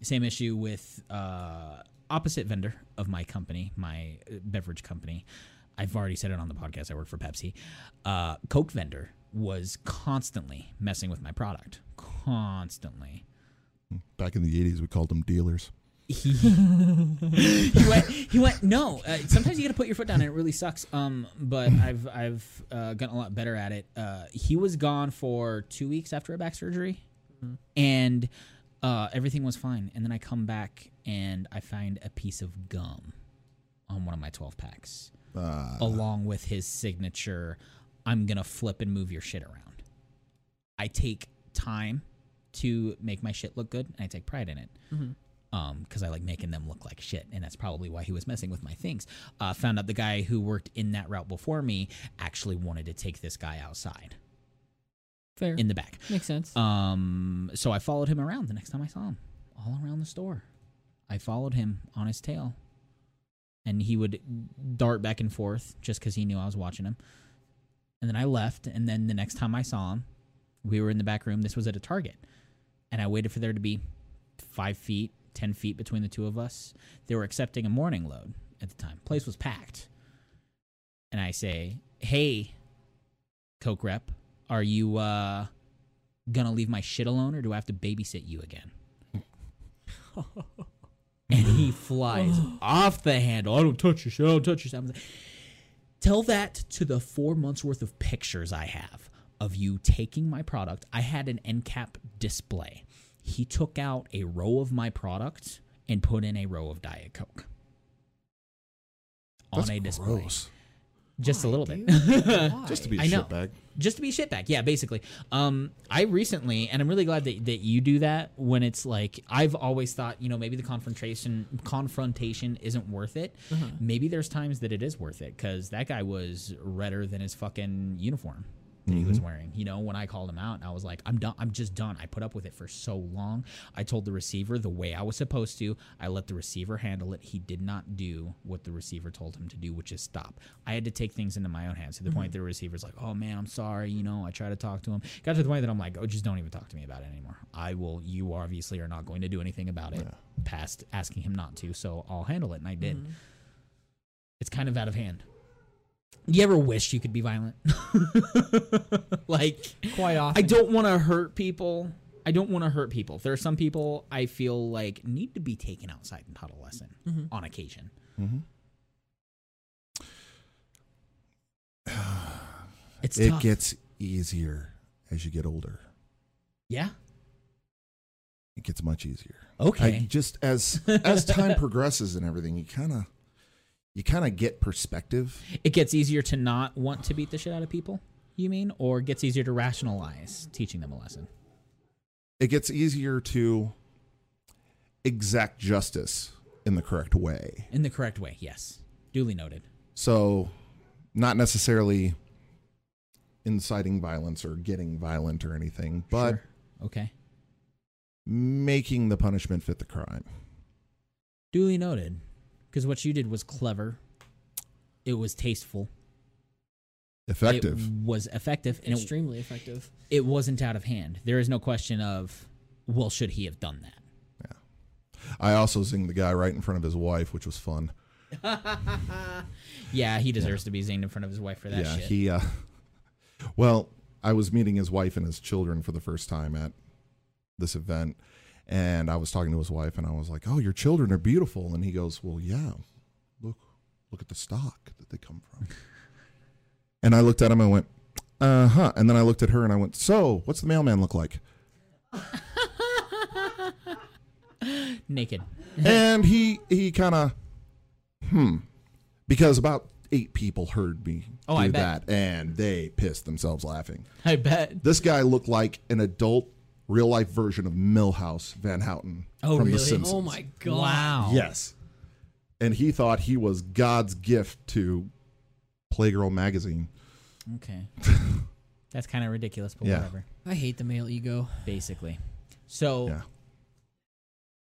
same issue with uh, opposite vendor of my company, my uh, beverage company. I've already said it on the podcast. I work for Pepsi. Uh, Coke vendor was constantly messing with my product, constantly. Back in the '80s, we called them dealers. he went. He went. No. Uh, sometimes you got to put your foot down, and it really sucks. Um, but I've I've uh, gotten a lot better at it. Uh, he was gone for two weeks after a back surgery, and uh, everything was fine. And then I come back and I find a piece of gum on one of my twelve packs, along with his signature. I'm gonna flip and move your shit around. I take time to make my shit look good, and I take pride in it because um, I like making them look like shit, and that's probably why he was messing with my things. Uh, found out the guy who worked in that route before me actually wanted to take this guy outside Fair. in the back. Makes sense. Um, so I followed him around the next time I saw him, all around the store. I followed him on his tail, and he would dart back and forth just because he knew I was watching him. And then I left, and then the next time I saw him, we were in the back room. This was at a Target, and I waited for there to be five feet, ten feet between the two of us. They were accepting a morning load at the time. Place was packed, and I say, "Hey, Coke rep, are you uh, gonna leave my shit alone, or do I have to babysit you again?" and he flies off the handle. I don't touch your shit. I don't touch your shit. I'm like, Tell that to the four months worth of pictures I have of you taking my product. I had an end cap display. He took out a row of my products and put in a row of Diet Coke on That's a display. gross. Just a little bit. Just to be a I know. shitbag. just to be a shitbag. Yeah, basically. Um, I recently, and I'm really glad that, that you do that when it's like I've always thought, you know, maybe the confrontation confrontation isn't worth it. Maybe there's times that it is worth it because that guy was redder than his fucking uniform that he was wearing. You know, when I called him out, I was like, I'm done. I'm just done. I put up with it for so long. I told the receiver the way I was supposed to. I let the receiver handle it. He did not do what the receiver told him to do, which is stop. I had to take things into my own hands to the point the receiver's like, oh man, I'm sorry. You know, I try to talk to him. Got to the point that I'm like, oh, just don't even talk to me about it anymore. I will, you obviously are not going to do anything about it past asking him not to. So I'll handle it. And I did. It's kind of out of hand. You ever wish you could be violent? like, Quite I often. don't want to hurt people. I don't want to hurt people. There are some people I feel like need to be taken outside and taught a lesson on occasion. Mm-hmm. It's It tough. gets easier as you get older. yeah. It gets much easier. Okay. I just as as time progresses and everything, you kind of you kind of get perspective. it gets easier to not want to beat the shit out of people. You mean, or it gets easier to rationalize teaching them a lesson? It gets easier to exact justice in the correct way. In the correct way, yes. Duly noted. So, not necessarily inciting violence or getting violent or anything, but Sure. okay. making the punishment fit the crime. Duly noted. Because what you did was clever. It was tasteful. Effective. It was effective, and it, Extremely effective. it wasn't out of hand. There is no question of, well, should he have done that? I also zinged the guy right in front of his wife, which was fun. Yeah, he deserves to be zinged in front of his wife for that yeah, shit. he. Uh, well, I was meeting his wife and his children for the first time at this event, and I was talking to his wife, and I was like, "Oh, your children are beautiful," and he goes, "Well, yeah, look, look at the stock that they come from." and I looked at him and went, "Uh huh," and then I looked at her and I went, "So, what's the mailman look like?" Naked. and he he kind of hmm because about eight people heard me Oh, do I bet. that and they pissed themselves laughing I bet. this guy looked like an adult real life version of millhouse van houten Oh, from really? the simpsons Oh my god. Wow. yes and he thought he was god's gift to playgirl magazine Okay. That's kind of ridiculous, but Yeah. whatever. I hate the male ego. Basically. So yeah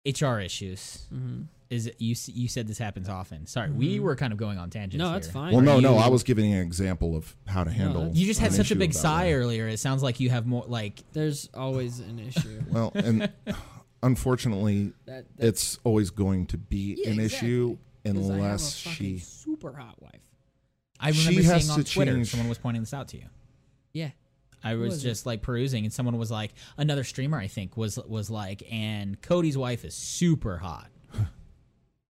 HR issues Mm-hmm. is you s- you said this happens often. Sorry, we were kind of going on tangents. No, that's here. fine. well no no you- i was giving an example of how to handle that's- Uh, You just had an such a issue big of that sigh way. earlier. It sounds like you have more like There's always an issue. well and unfortunately That, that it's always going to be Yeah, an exactly. issue 'cause I have a unless fucking she super hot wife. I She remember has seeing on to Twitter change- someone was pointing this out to you. Yeah. I was, was it? just like perusing, and someone was like, another streamer I think was was like, and Cody's wife is super hot,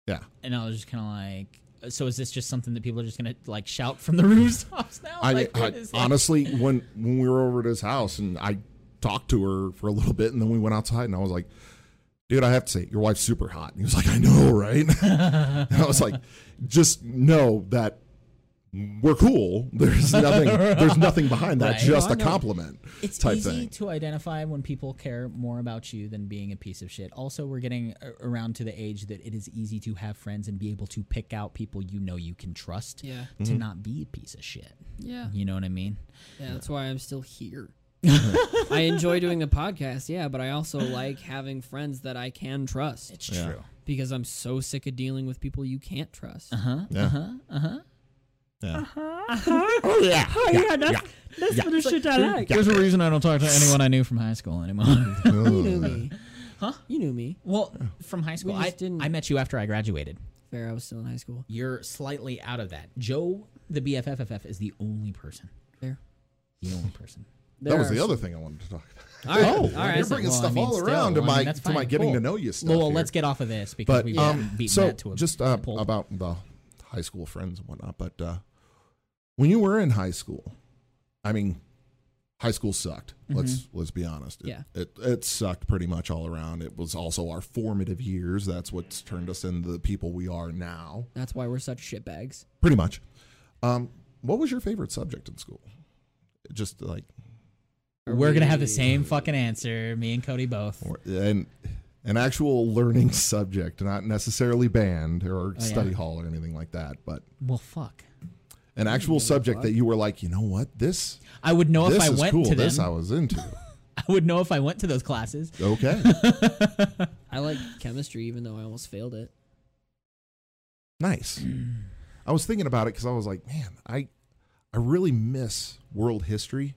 yeah and I was just kind of like, so is this just something that people are just gonna like shout from the rooftops now? I, Like, what I is that? honestly when when we were over at his house and I talked to her for a little bit and then we went outside and I was like dude I have to say your wife's super hot and he was like I know right and I was like just know that we're cool there's nothing there's nothing behind that Right. just No, a I know. compliment It's type easy thing to identify when people care more about you than being a piece of shit. Also, we're getting a- around to the age that it is easy to have friends and be able to pick out people you know you can trust Yeah. to not be a piece of shit. Yeah. You know what I mean? Yeah, that's why I'm still here. I enjoy doing the podcast, yeah, but I also like having friends that I can trust It's Yeah. true. because I'm so sick of dealing with people you can't trust. yeah uh-huh yeah Oh yeah. Oh yeah. that's, that's yeah. the shit I like. There's a reason I don't talk to anyone I knew from high school anymore. You knew me. Huh? You knew me. well, from high school, I just didn't- I met you after I graduated. Fair, I was still in high school. You're slightly out of that. Joe, the BFFFF, is the only person. Fair. The only person. that was There the are- other thing I wanted to talk about All right. all oh right. you're so- bringing well, I stuff mean, all still, around I mean, to my that's to my fine. getting Cool. to know you stuff Well, here. let's get off of this because But we've um, beaten so that to a just uh, pulp. about the high school friends and whatnot. But uh, when you were in high school, I mean, high school sucked. Mm-hmm. Let's let's be honest. It, Yeah. it it sucked pretty much all around. It was also our formative years. That's what's turned us into the people we are now. That's why we're such shitbags. Pretty much. Um, what was your favorite subject in school? Just like we're gonna have the same fucking answer. Me and Cody both. or- and. An actual learning subject, not necessarily band or Oh, yeah. study hall or anything like that, but Well, fuck. an actual subject that you were like, you know what, this I would know if this I is went cool. to This this. I was into. I would know if I went to those classes. Okay, I like chemistry, even though I almost failed it. nice. I was thinking about it because I was like, man, I I really miss world history,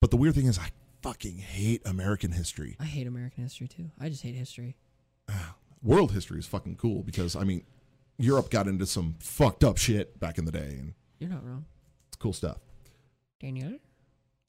but the weird thing is, I fucking hate American history. I hate American history too. I just hate history. World history is fucking cool because I mean, Europe got into some fucked up shit back in the day, and You're not wrong, it's cool stuff. Daniel.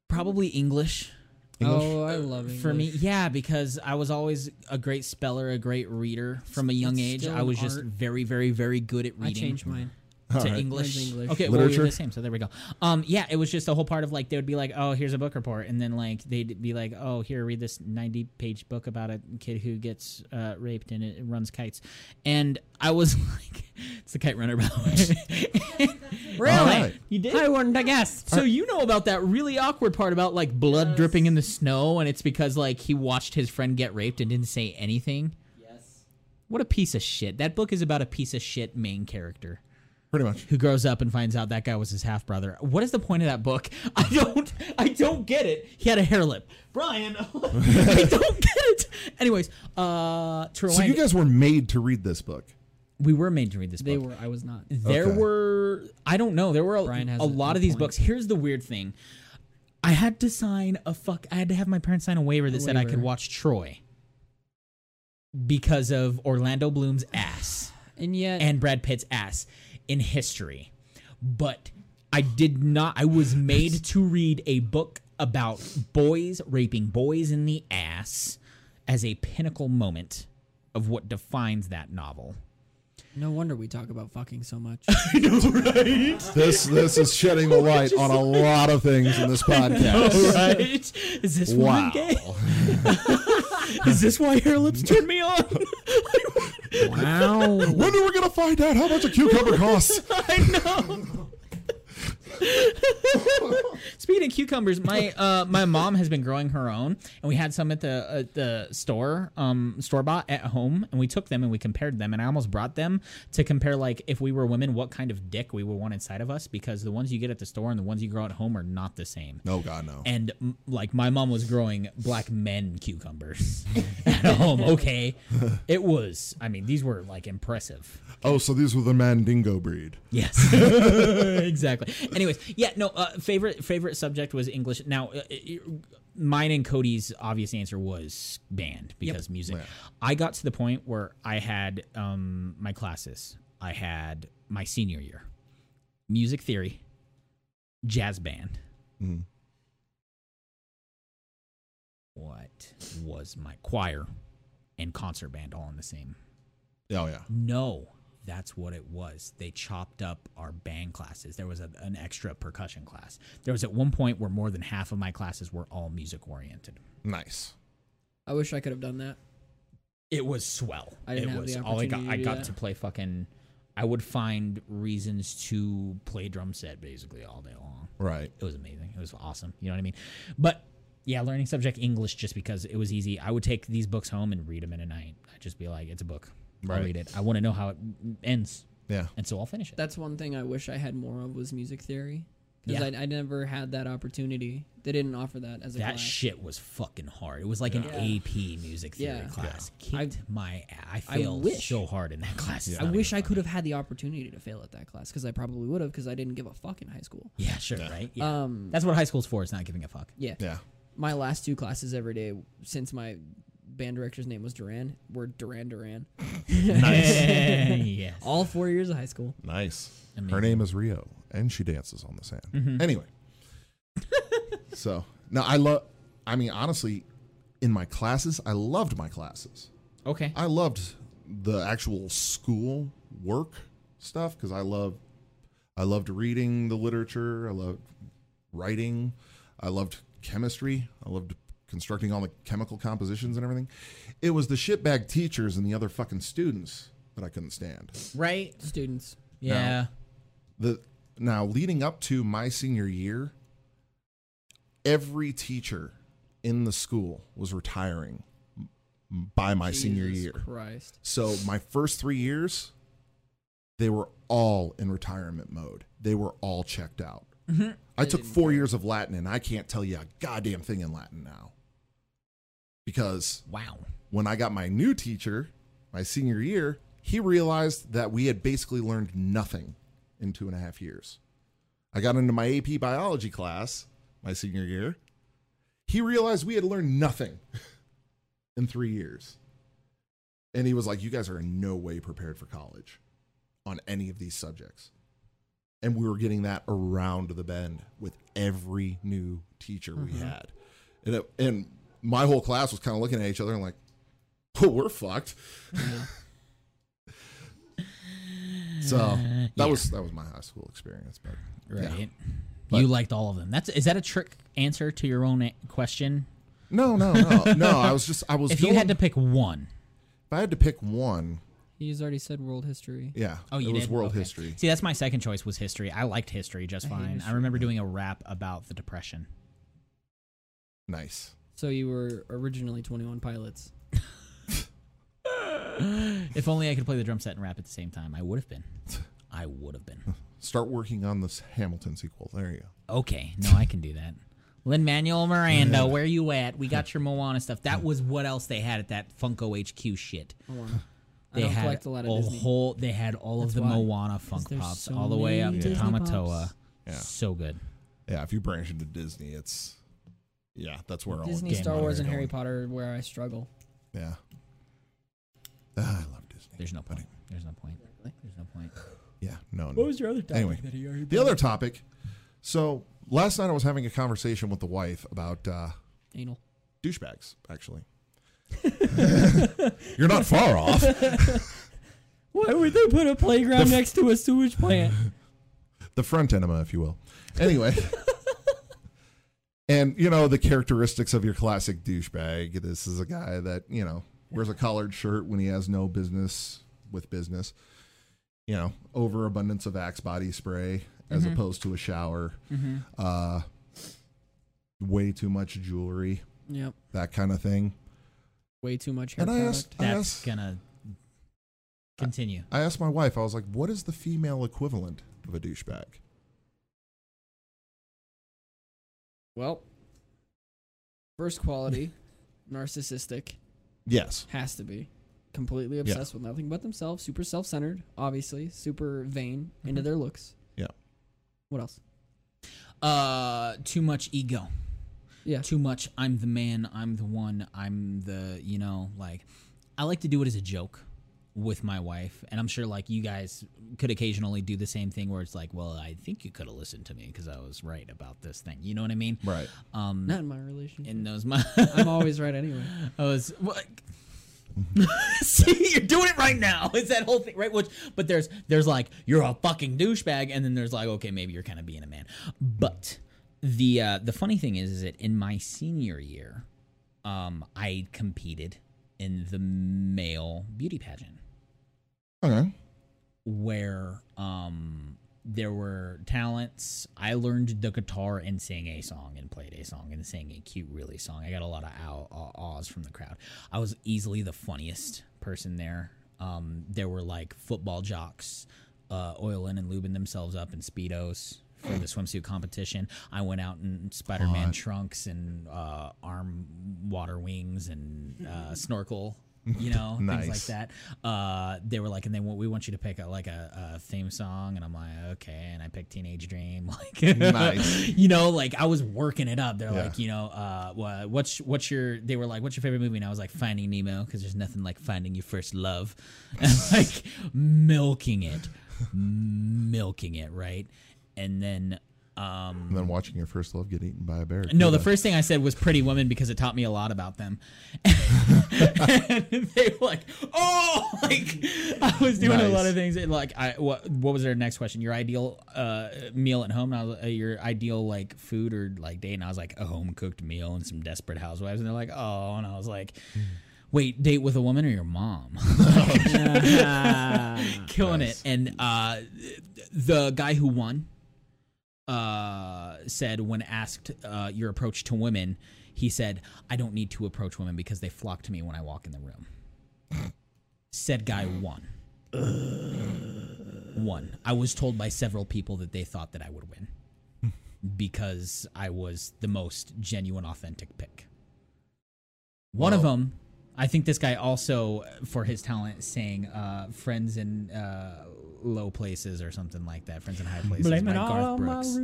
Probably English. English? Oh, I love English. For me, yeah, because I was always a great speller, a great reader from a young It's age. still I an was just art. very, very, very good at I reading. changed mine. All to right. English. Mine's English. Okay, well, we Literature? were the same, so there we go. Um, yeah, it was just a whole part of like they would be like, oh, here's a book report, and then like they'd be like, oh, here, read this 90 page book about a kid who gets uh, raped and it runs kites, and I was like, it's the kite runner, by the way. All right. You did. I wouldn't have guessed. So you know about that really awkward part about like blood dripping in the snow, and it's because like he watched his friend get raped and didn't say anything. Yes. What a piece of shit! That book is about a piece of shit main character Pretty much. who grows up and finds out that guy was his half brother. What is the point of that book? I don't I don't get it. He had a hair lip. Brian, I don't get it. Anyways, uh to So rewind, you guys were made to read this book. we were made to read this They book. were. I was not. there Okay. were I don't know, there were a, Brian has a a lot good of these point. books. Here's the weird thing. I had to sign a fuck I had to have my parents sign a waiver that said I could waiver. watch Troy. because of Orlando Bloom's ass And yet, and Brad Pitt's ass in history. But I did not, I was made to read a book about boys raping boys in the ass as a pinnacle moment of what defines that novel. no wonder we talk about fucking so much. This this is shedding the light on a lot of things in this podcast. Right? Is this Wow. woman gay? Is this why her lips turn me on? Wow. When are we gonna find out how much a cucumber costs? Speaking of cucumbers, my uh, my mom has been growing her own, and we had some at the at the store, um, store bought at home, and we took them and we compared them, and I almost brought them to compare like if we were women, what kind of dick we would want inside of us, because the ones you get at the store and the ones you grow at home are not the same. No God no. And m- like my mom was growing black men cucumbers at home. Okay, it was. I mean, these were like impressive. Oh, so these were the Mandingo breed. Yes, exactly. Anyways, yeah, no. Uh, favorite favorite subject was English. Now, uh, it- mine and Cody's obvious answer was band because music. Yeah. I got to the point where I had um, my classes. I had my senior year, music theory, jazz band. Mm. What was my choir and concert band all in the same? Oh yeah. No, that's what it was. They chopped up our band classes. There was a, an extra percussion class. There was at one point where more than half of my classes were all music oriented. Nice. I wish I could have done that. It was swell. I didn't it have was the all I got. opportunity I to do got that. to play fucking. I would find reasons to play drum set basically all day long. Right. It was amazing. It was awesome. You know what I mean? But yeah, learning subject English just because it was easy. I would take these books home and read them in a night. I'd just be like, it's a book. Right. I'll read it. I want to know how it ends. Yeah. And so I'll finish it. That's one thing I wish I had more of was music theory. Because Yeah. I, I never had that opportunity. They didn't offer that as a That class. shit was fucking hard. It was like an AP music theory Yeah. class. Yeah. Kicked my ass. I I failed wish- so hard in that class. It's I not wish even I could funny. have had the opportunity to fail at that class because I probably would have because I didn't give a fuck in high school. Yeah, sure, right? Yeah. Um, That's what high school's for. It's not giving a fuck. yeah. Yeah. My last two classes every day since my band director's name was Duran were Duran Duran. yes. All four years of high school. Nice. Her Amazing. name is Rio, and she dances on the sand. Anyway, so no, I love. I mean, honestly, in my classes, I loved my classes. Okay. I loved the actual school work stuff because I love, I loved reading the literature. I loved writing. I loved chemistry. I loved constructing all the chemical compositions and everything. It was the shitbag teachers and the other fucking students that I couldn't stand. Right? Students. Yeah. the now leading up to my senior year every teacher in the school was retiring m- by my senior Jesus year Christ. so my first three years they were all in retirement mode they were all checked out i took four years of latin and i can't tell you a goddamn thing in latin now because Wow. when I got my new teacher, my senior year, he realized that we had basically learned nothing in two and a half years. I got into my AP biology class my senior year. He realized we had learned nothing in three years. And he was like, You guys are in no way prepared for college on any of these subjects. And we were getting that around the bend with every new teacher Mm-hmm. we had. And, it, and my whole class was kind of looking at each other and like, well, we're fucked. so that Uh, yeah. was that was my high school experience. But yeah. Right. But- you liked all of them. That's is that a trick answer to your own a- question? no, no, no, no. I was just I was. If doing, you had to pick one. if I had to pick one, He's already said world history. yeah, Oh, you it was did? world Okay. history. See, that's my second choice was history. I liked history just I hate fine. I history. remember doing a rap about the depression. Nice. So you were originally 21 Pilots. If only I could play the drum set and rap at the same time, I would have been. I would have been. Start working on this Hamilton sequel. There you go. Okay, no, I can do that. Lin Manuel Miranda, where you at? We got your Moana stuff. That was what else they had at that Funko HQ shit. Moana. Oh, I They don't had collect a lot of a Disney. whole. They had all That's of the why. Moana 'Cause Funk there's Pops, so all the way up many to Disney Tamatoa. Pops. Yeah. So good. Yeah, if you branch into Disney, it's yeah, that's where all Disney, game Star money Wars, is and Harry going. Potter where I struggle. Yeah, Ah, I love Disney. There's no point. There's no point. There's no point. Yeah, no. no. What was your other topic Anyway, that he already the other topic. So last night I was having a conversation with the wife about uh, Anal. douchebags. Actually, you're not far off. Why would they put a playground next to a sewage plant? the front enema, if you will. Anyway. and you know the characteristics of your classic douchebag. This is a guy that, you know, wears a collared shirt when he has no business with business. You know, overabundance of Axe body spray as opposed to a shower. Mm-hmm. Uh way too much jewelry, Yep. that kind of thing. Way too much hair and I product. asked I That's asked, gonna continue. I asked my wife, I was like, what is the female equivalent of a douchebag? Well, first quality, narcissistic Yes. has to be completely obsessed with nothing but themselves, super self-centered, obviously, super vain Mm-hmm. into their looks. Yeah. What else? Uh, too much ego. Yeah. Too much. I'm the man. I'm the one. I'm the you know like. I like to do it as a joke with my wife, and I'm sure like you guys could occasionally do the same thing where it's like, well, I think you could have listened to me because I was right about this thing. You know what I mean? Right. Um, Not in my relationship. in those my I'm always right anyway. I was what? See, you're doing it right now. It's that whole thing, right? Which, but there's there's like you're a fucking douchebag, and then there's like okay, maybe you're kind of being a man. But the uh, the funny thing is, is that in my senior year, um, I competed in the male beauty pageant Okay. where um there were talents. I learned the guitar and sang a song and played a song and sang a cute really song. I got a lot of ow, aw, awes from the crowd. I was easily the funniest person there. Um, there were like football jocks uh, oiling and lubing themselves up in speedos for the swimsuit competition. I went out in Spider-Man trunks and uh, arm water wings and uh, snorkel. You know, things like Nice. that that. Uh, they were like, and they want, we want you to pick a, like a, a theme song, and I'm like, okay, and I picked Teenage Dream, like, Nice. you know, like I was working it up. They're Yeah. like, you know, uh, wha- what's what's your? They were like, what's your favorite movie? And I was like, Finding Nemo, because there's nothing like finding your first love, and like milking it, milking it, right? And then, um, And then watching your first love get eaten by a bear. no, the first thing I said was Pretty Women because it taught me a lot about them. and they were like, oh, like I was doing a Nice. lot of things. And like, I what what was their next question? Your ideal uh, meal at home? And I was, uh, your ideal like food or like date? And I was like, a home cooked meal and some desperate housewives. And they're like, oh, and I was like. Wait, date with a woman or your mom? Killing it. And uh, the guy who won, uh, said when asked uh, your approach to women, he said, "I don't need to approach women because they flock to me when I walk in the room." said guy won. won. I was told by several people that they thought that I would win because I was the most genuine, authentic pick. One of them, I think this guy also, for his talent, sang uh, "Friends in uh, Low Places" or something like that. "Friends in High Places" by Garth Brooks.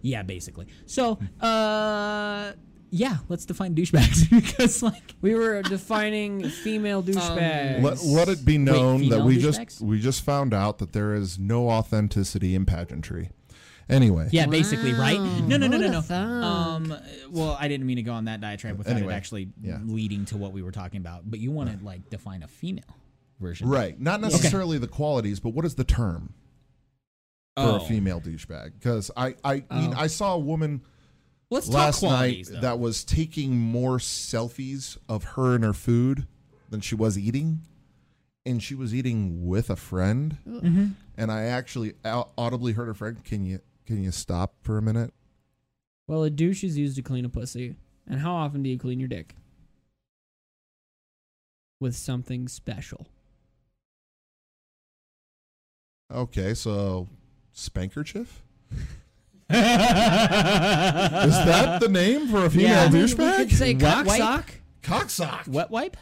Yeah, basically. So, uh, yeah, let's define douchebags because, like, We were defining female douchebags. let, let it be known that female we just douchebags? we just found out that there is no authenticity in pageantry. Anyway, yeah, basically, right? No, no, no, what a no, no. thug. Um, well, I didn't mean to go on that diatribe without Anyway, it actually yeah. leading to what we were talking about. But you want to like define a female version, right. Not necessarily the qualities, but what is the term Oh, for a female douchebag? Because I I mean, I saw a woman let's talk last night qualities. though. that was taking more selfies of her and her food than she was eating, and she was eating with a friend. Mm-hmm. And I actually au- audibly heard her friend, "Can you can you stop for a minute?" Well, a douche is used to clean a pussy. And how often do you clean your dick? With something special. Okay, so spankerchief. Is that the name for a female Yeah. We could douchebag? say Wet cock wipe? sock. Cocksock. wet wipe?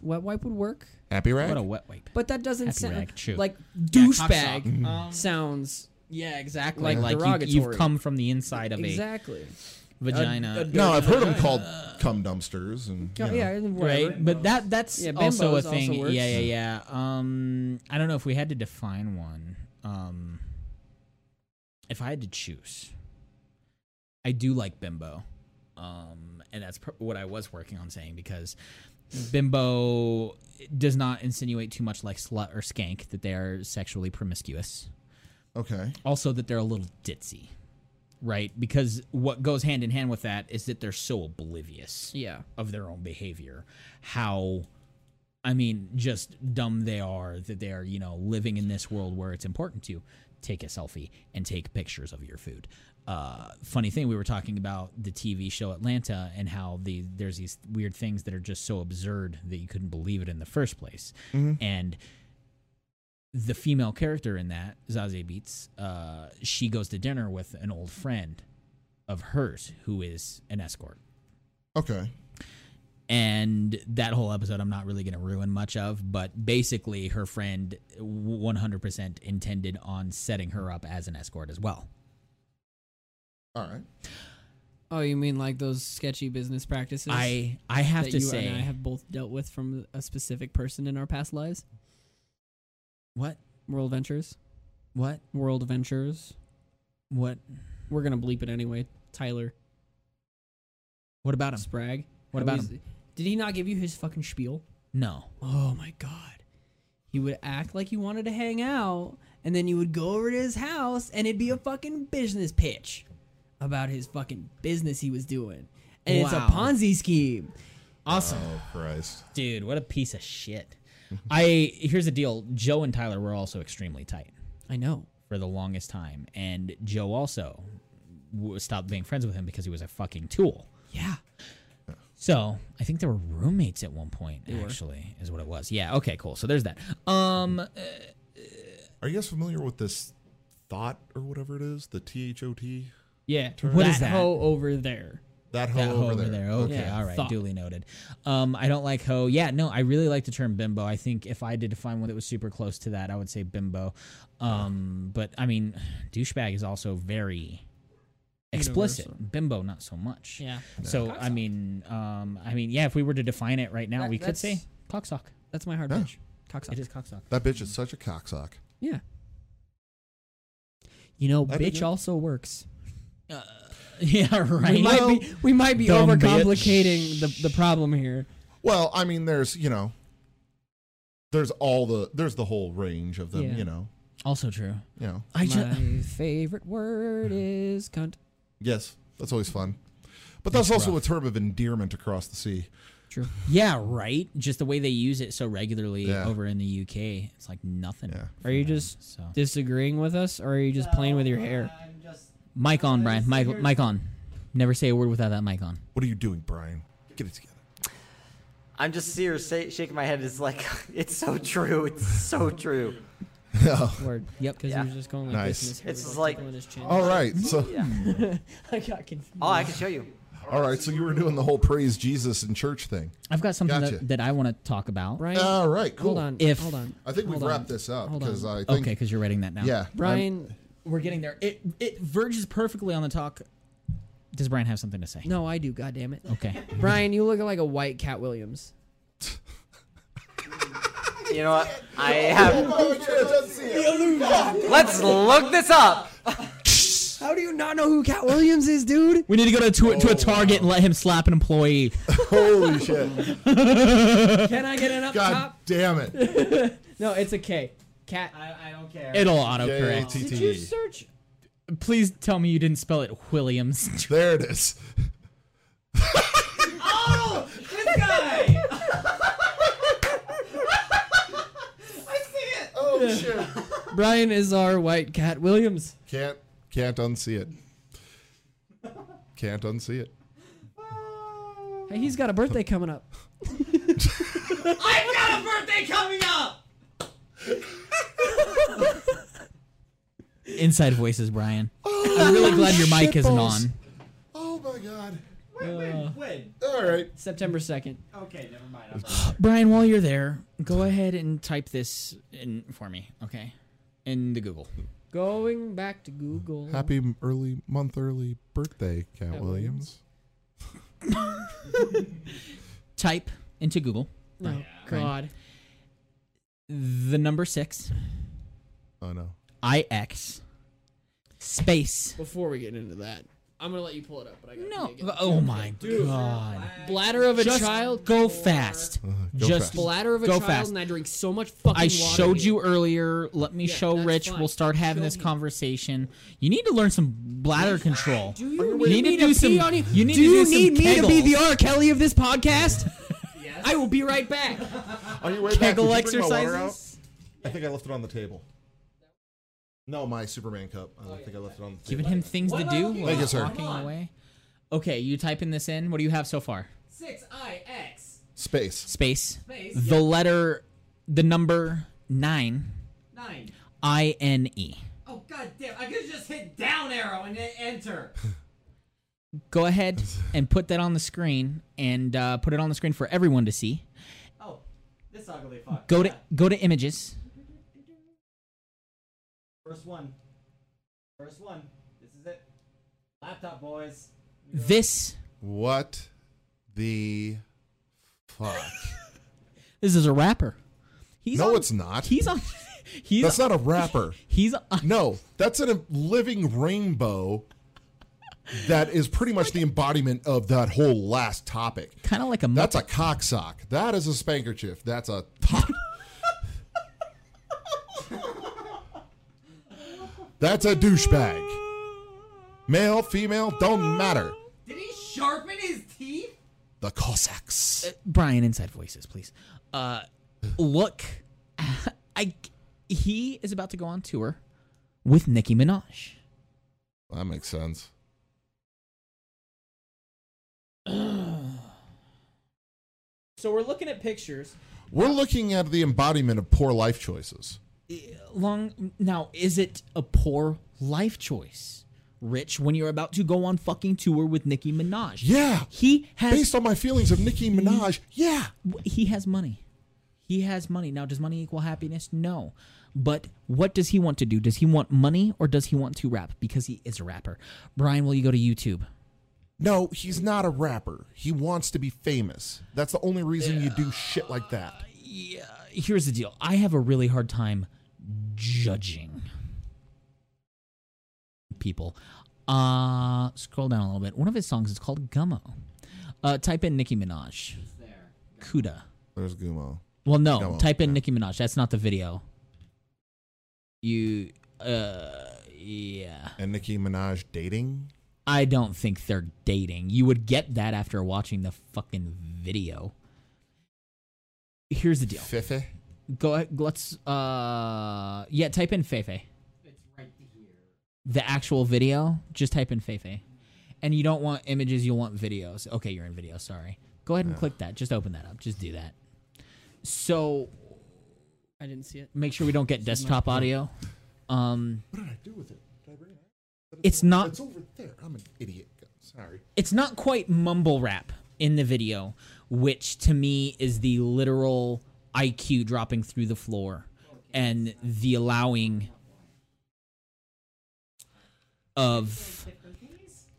Wet wipe would work, Happy rag. What a wet wipe! but that doesn't Happy sound rag, true. like Yeah, douchebag. cocksock. Um, Mm-hmm. sounds Yeah, exactly. Like Like, you, you've derogatory. come from the inside of a exactly. vagina. a- No, I've heard them called cum dumpsters and you Yeah, know. yeah whatever. right but that that's Yeah, also a bimbos also thing works. yeah yeah yeah um i don't know if we had to define one um if i had to choose i do like bimbo um and that's pr- what i was working on saying because bimbo does not insinuate too much like slut or skank that they are sexually promiscuous Okay. also that they're a little ditzy right because what goes hand in hand with that is that they're so oblivious Yeah. of their own behavior. How, I mean, just dumb they are that they are, you know, living in this world where it's important to take a selfie and take pictures of your food. Uh, funny thing, we were talking about the TV show Atlanta and how the there's these weird things that are just so absurd that you couldn't believe it in the first place. And the female character in that, Zazie Beats, uh, she goes to dinner with an old friend of hers who is an escort Okay. and that whole episode I'm not really going to ruin much of, but basically her friend 100% intended on setting her up as an escort as well. All right. Oh, you mean like those sketchy business practices? I I have that to you say and I have both dealt with from a specific person in our past lives. what World Ventures, what World Ventures. what We're gonna bleep it anyway. Tyler what about him? Spragg. What How about he's- Did he not give you his fucking spiel? No. Oh my god. He would act like you wanted to hang out, and then you would go over to his house, and it'd be a fucking business pitch about his fucking business he was doing. And it's a Wow. Ponzi scheme. Awesome. Oh Christ. Dude, what a piece of shit. I here's the deal, Joe and Tyler were also extremely tight. I know. for the longest time, and Joe also w- stopped being friends with him because he was a fucking tool. Yeah. So I think they were roommates at one point. actually, is what it was. Yeah. Okay. Cool. So there's that. Um. Are you guys familiar with this thought or whatever it is? The T H O T? Yeah. What is that? hoe over there. That hoe That over, hoe over there. there. Okay. Yeah, all right. thought. Duly noted. Um. I don't like hoe. Yeah. No. I really like the term bimbo. I think if I did define one that was super close to that, I would say bimbo. Um. But I mean, douchebag is also very explicit. Bimbo, not so much. Yeah. So I mean, um, I mean, yeah. If we were to define it right now, That- we could say that's- cocksock. That's my hard Yeah. pitch. Cocksucker. It is cocksock. That bitch is such a cocksock. Yeah. You know, That'd be bitch good. also works. Uh, yeah, right. We might be we might be dumb overcomplicating the, the problem here. Well, I mean, there's you know, there's all the there's the whole range of them. Yeah. You know, also true. you know. I my favorite word is cunt. Yes, that's always fun. But that's, That's also rough. a term of endearment across the sea. True. yeah, right. Just the way they use it so regularly Yeah. over in the UK, it's like nothing. Yeah. for Are you them, just- so Disagreeing with us, or are you just playing with your hair? I'm just mic on, Brian? Mic, Here's- mic on. Never say a word without that mic on. What are you doing, Brian? Get it together. I'm just serious say, shaking my head. It's like it's so true. It's so true. Word. Yep. Because Yeah. he was just going like Nice. Oh. this. And his hair It's was, just Oh, like, like- tickling his chin. All right, so I got confused. Oh, I can show you. all right, so you were doing the whole praise Jesus and church thing. I've got something Gotcha. that, that I want to talk about. Brian, All right, cool. hold on. If- hold on. Uh, I think we've Hold on. wrapped this up Hold because on. I think Okay, because you're writing that now. yeah, I'm- Brian, we're getting there. It it verges perfectly on the talk. Does Brian have something to say? no, I do. God damn it, Okay. Brian, you look like a white Cat Williams. You know what? I have. Oh, shit, I didn't see it. Let's look this up. How do you not know who Cat Williams is, dude? We need to go to to, Oh, to a Target and let him slap an employee. Holy shit! Can I get an up God top? damn it! No, it's a K. Cat. I, I don't care. It'll autocorrect. J-A-T-T-E. Did you search? Please tell me you didn't spell it Williams. There it is. Oh, this guy. I see it. Oh shit! Brian is our white Cat Williams. Can't can't unsee it. Can't unsee it. Hey, he's got a birthday coming up. I've got a birthday coming up. Inside voices, Brian. I'm really glad your mic isn't Oh, shitballs. on. Oh my god! Wait, wait, Uh. wait. All right. September second. Okay, never mind. I'm not. Brian, while you're there, go ahead and type this in for me, okay? In the Google. Going back to Google. Happy m- early month early birthday, Cat, Cat Williams. Type into Google No, God. Right. the number six, Oh no. IX, space. Before we get into that, I'm gonna let you pull it up, but I gotta No. pee again. Oh my god. Bladder of a Just child. go or- fast. Uh-huh, go Just fast. Bladder of a Go child, fast. and I drink so much fucking. I water, showed dude. you earlier. Let me Yeah, show that's Rich. fine. We'll start having Show this me. conversation. You need to learn some bladder control. Do you You need need, to me do to some- pee on you? you need do to do you some need me to be Kegels. the R. Kelly of this podcast? I will be right back. On your way back, Kegel did you bring my water exercises. out? I think I left it on the table. No, my Superman cup. I Oh, don't think I left it on the Giving table. him things to do while Thank you, he's sir. walking away. Okay, you typing this in. What do you have so far? Six I X Space. Space. The letter, the number nine, Nine. I N E. Oh god damn! I could just hit down arrow and then enter. Go ahead and put that on the screen and uh, put it on the screen for everyone to see. Oh, this ugly fuck. Go to go to images. First one. First one. This is it. Laptop boys. This What the fuck? this is a rapper. He's no, on- it's not. He's on. He's That's not a rapper. He's on, No, that's a living rainbow that is pretty much the embodiment of that whole last topic. kind of like a. Muppet. That's a cocksock. That is a spankerchief. That's a top. That's a douchebag. Male, female, don't matter. Did he sharpen his teeth? The Cossacks. Brian inside voices, please. Uh, look, I he is about to go on tour with Nicki Minaj. Uh, That makes sense. So we're looking at pictures. We're looking at the embodiment of poor life choices. Eh, Long now, is it a poor life choice, Rich? When you're about to go on fucking tour with Nicki Minaj? Yeah. he has Based on my feelings of Nicki Minaj, yeah. he has money. He has money. Now, does money equal happiness? No. But what does he want to do? Does he want money or does he want to rap? Because he is a rapper. Brian, will you go to YouTube? No, he's not a rapper. He wants to be famous. That's the only reason you do shit like that. Yeah, here's the deal. I have a really hard time judging people. Uh scroll down a little bit. One of his songs is called Gummo. Uh type in Nicki Minaj. Kuda. There's Gumo. Well, no, Gummo, type in yeah. Nicki Minaj. That's not the video. You uh yeah. And Nicki Minaj dating? I don't think they're dating. You would get that after watching the fucking video. Here's the deal. Fifi? Go ahead. Let's. Uh, yeah. Type in Feifei. The actual video. Just type in Feifei, and you don't want images. You'll want videos. Okay, you're in video. Sorry. Go ahead and click that. Just open that up. Just do that. So I didn't see it. make sure we don't get desktop audio. Um, What did I do with it? Did I bring it out? it's not. over there. I'm an idiot. Sorry. It's not quite mumble rap in the video, which to me is the literal IQ dropping through the floor and the allowing of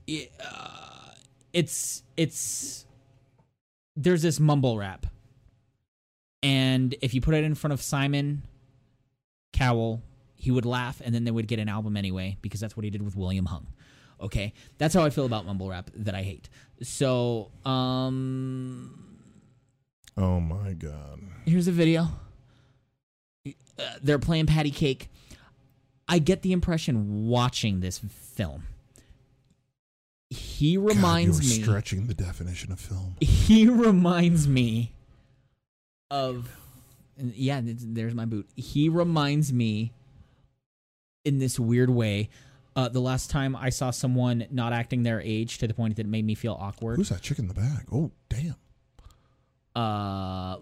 Yeah, uh, it's it's there's this mumble rap and if you put it in front of simon cowell he would laugh and then they would get an album anyway because that's what he did with william hung okay that's how i feel about mumble rap that i hate so um Oh my god. here's a video. Uh, they're playing patty cake. I get the impression watching this film. He reminds god, you were me. stretching the definition of film. He reminds me of. and Yeah, th- there's my boot. He reminds me in this weird way. Uh, the last time I saw someone not acting their age to the point that it made me feel awkward. Who's that chick in the back? Oh, damn. uh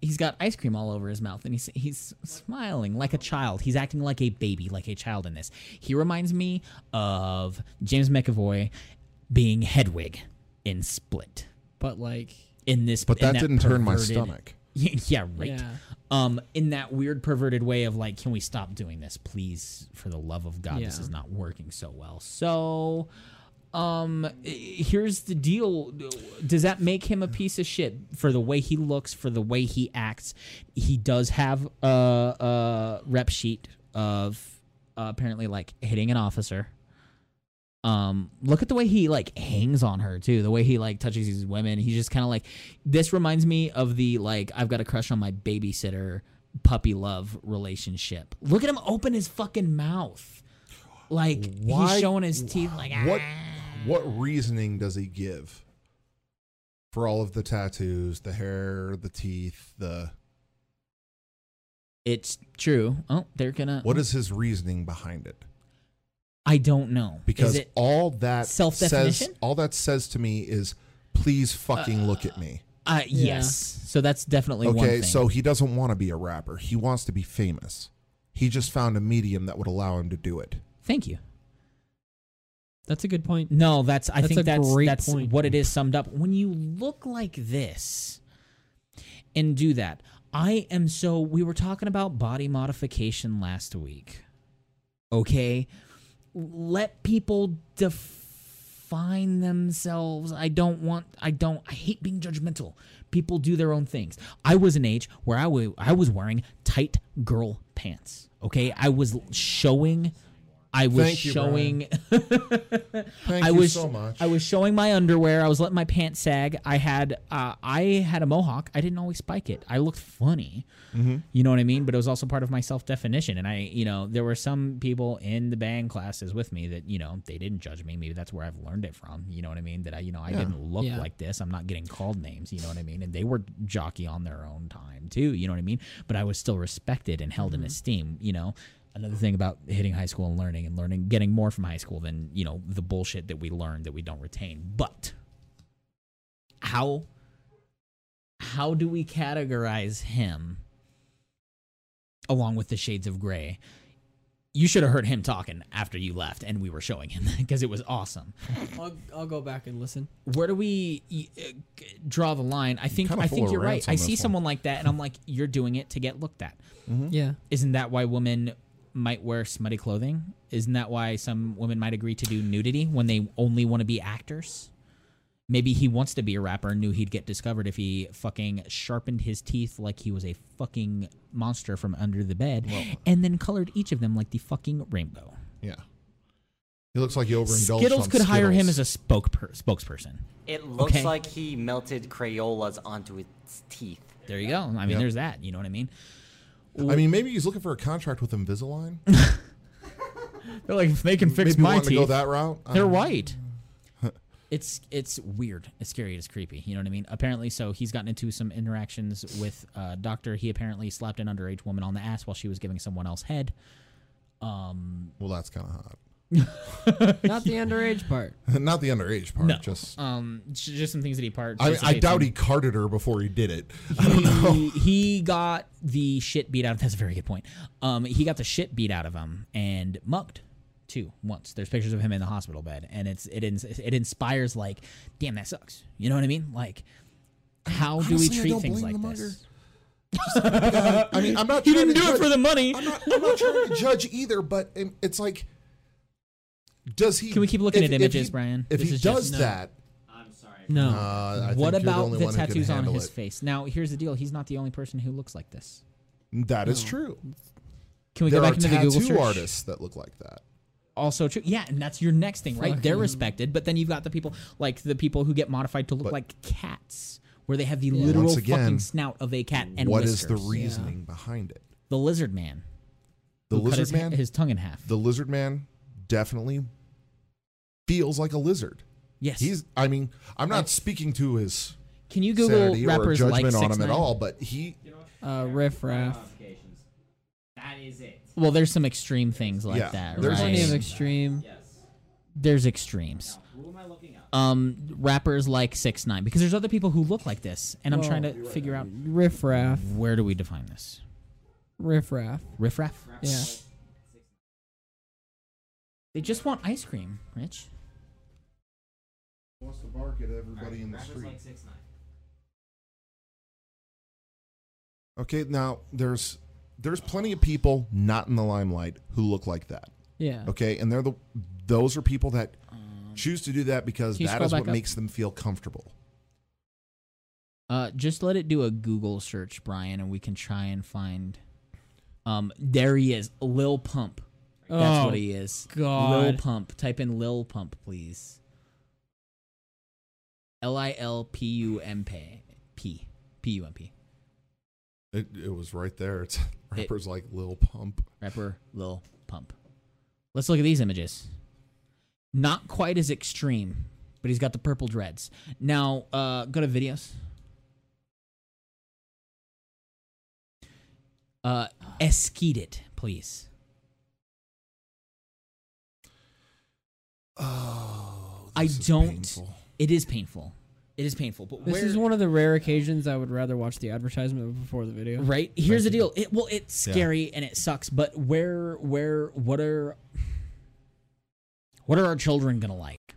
he's got ice cream all over his mouth and he's he's smiling like a child he's acting like a baby like a child in this he reminds me of james mcavoy being hedwig in split But like, in this But in that didn't turn my perverted- stomach. yeah, right yeah, um, in that weird perverted way of like, can we stop doing this, please? For the love of God, this Yeah. is not working so well. So, um, i- here's the deal: Does that make him a piece of shit for the way he looks, for the way he acts? He does have a, a rep sheet of uh, apparently like hitting an officer. Um, look at the way he like hangs on her too. The way he like touches these women. He's just kind of like this reminds me of the like I've got a crush on my babysitter puppy love relationship. Look at him open his fucking mouth. Like Why- he's showing his teeth like What "Ah." what reasoning does he give for all of the tattoos, the hair, the teeth, the It's true. Oh, they're gonna. what is his reasoning behind it? I don't know. Because is it, all that says self-definition? all that says to me is please fucking look at me. uh, Yeah. yes. So that's definitely one Okay, thing. so he doesn't want to be a rapper. He wants to be famous. He just found a medium that would allow him to do it. thank you. That's a good point. No, that's I That's think a that's great that's point. what it is summed up. When you look like this and do that, I am so we were talking about body modification last week. Okay? Let people define themselves. I don't want I don't I hate being judgmental. People do their own things. I was an age where I wa- I was wearing tight girl pants. Okay? I was showing I was Thank you, showing Thank I you was so much. I was showing my underwear. I was letting my pants sag. I had uh, I had a mohawk. I didn't always spike it. I looked funny. Mm-hmm. You know what I mean? But it was also part of my self definition. And I, you know, there were some people in the band classes with me that you know they didn't judge me. Maybe that's where I've learned it from. You know what I mean? That I, you know, I didn't look Yeah. like this. I'm not getting called names. You know what I mean? And they were jockey on their own time too. You know what I mean? But I was still respected and held in esteem. You know another thing about hitting high school and learning and learning getting more from high school than you know the bullshit that we learn that we don't retain but how how do we categorize him along with the shades of gray you should have heard him talking after you left and we were showing him because it was awesome I'll, I'll go back and listen. where do we y- uh, g- draw the line i think Kinda i full think of you're right rants on i this see one. someone like that and i'm like you're doing it to get looked at Yeah. isn't that why women might wear smutty clothing? Isn't that why some women might agree to do nudity when they only want to be actors? Maybe he wants to be a rapper and knew he'd get discovered if he fucking sharpened his teeth like he was a fucking monster from under the bed and then colored each of them like the fucking rainbow. yeah. He looks like he overindulged. Skittles on could hire him Skittles. as a spokeper- spokesperson. It looks Okay. like he melted Crayolas onto its teeth. There you go. I mean, Yep. there's that. You know what I mean? I mean, maybe he's looking for a contract with Invisalign. They're like, if they can fix maybe wanting to go that route. I They're don't know. white. it's it's weird. It's scary. It's creepy. You know what I mean? Apparently, so he's gotten into some interactions with a doctor. He apparently slapped an underage woman on the ass while she was giving someone else head. Uh, Well, that's kind of hot. Not the underage part. Not the underage part. Just Um, j- just some things that he part. I, I participates doubt in. he carded her before he did it. he, he got the shit beat out of that's a very good point um he got the shit beat out of him and mugged too once there's pictures of him in the hospital bed and it's it ins- it inspires like damn that sucks you know what i mean like how Honestly, do I we treat don't things blame like the mugger. this I mean, I'm not. he trying didn't to do it judge- for the money I'm not, I'm not trying to judge either, but um, it's like, does he? Can we keep looking if- at if images, he- Brian? If This he is just- does no. that, No. uh, I what think you're about the, only the one who can tattoos on handle his it. face now here's the deal he's not the only person who looks like this That is true. can we there go are back into the tattoo google search artists that look like that. also true. Yeah, and that's your next thing, right? They're respected, but then you've got the people like the people who get modified to look like cats, where they have the literal Once again, fucking snout of a cat and What is whiskers. the reasoning behind it? The lizard man. The who cut lizard his, man. his tongue in half. the lizard man definitely feels like a lizard. yes. He's. I mean, I'm not speaking to his Can you Google sanity or rappers like judgment six on him at nine? all, but he. Uh, riff raff. That is it. Well, there's some extreme things like Yeah, that. there's right? Plenty of extreme. there's extremes. Who am I looking up? Um, rappers like six nine because there's other people who look like this, and I'm Well, trying to figure out Riff raff. where do we define this? Riff raff. Riff raff? Yeah. They just want ice cream, Rich. Wants to bark at everybody in the Rappers like six nine. Okay, now there's there's plenty of people not in the limelight who look like that. Yeah. Okay, and they're the those are people that choose to do that because Can you that scroll is what back up? makes them feel comfortable. Uh, just let it do a Google search, Brian, and we can try and find. Um, there he is, Lil Pump. That's oh, what he is. Lil God. Pump. Type in Lil Pump, please. L i l p u m p p p u m p. It, it was right there. It's It- rappers like Lil Pump. Rapper Lil Pump. Let's look at these images. Not quite as extreme, but he's got the purple dreads. Now, uh, go to videos. Uh, eskeet it, please. Oh, I this is don't- painful. It is painful. It is painful. But This where, is one of the rare occasions I would rather watch the advertisement before the video. right here's the Thank you. deal. It, well, it's Yeah. scary and it sucks, but where, where, what are, what are our children gonna like?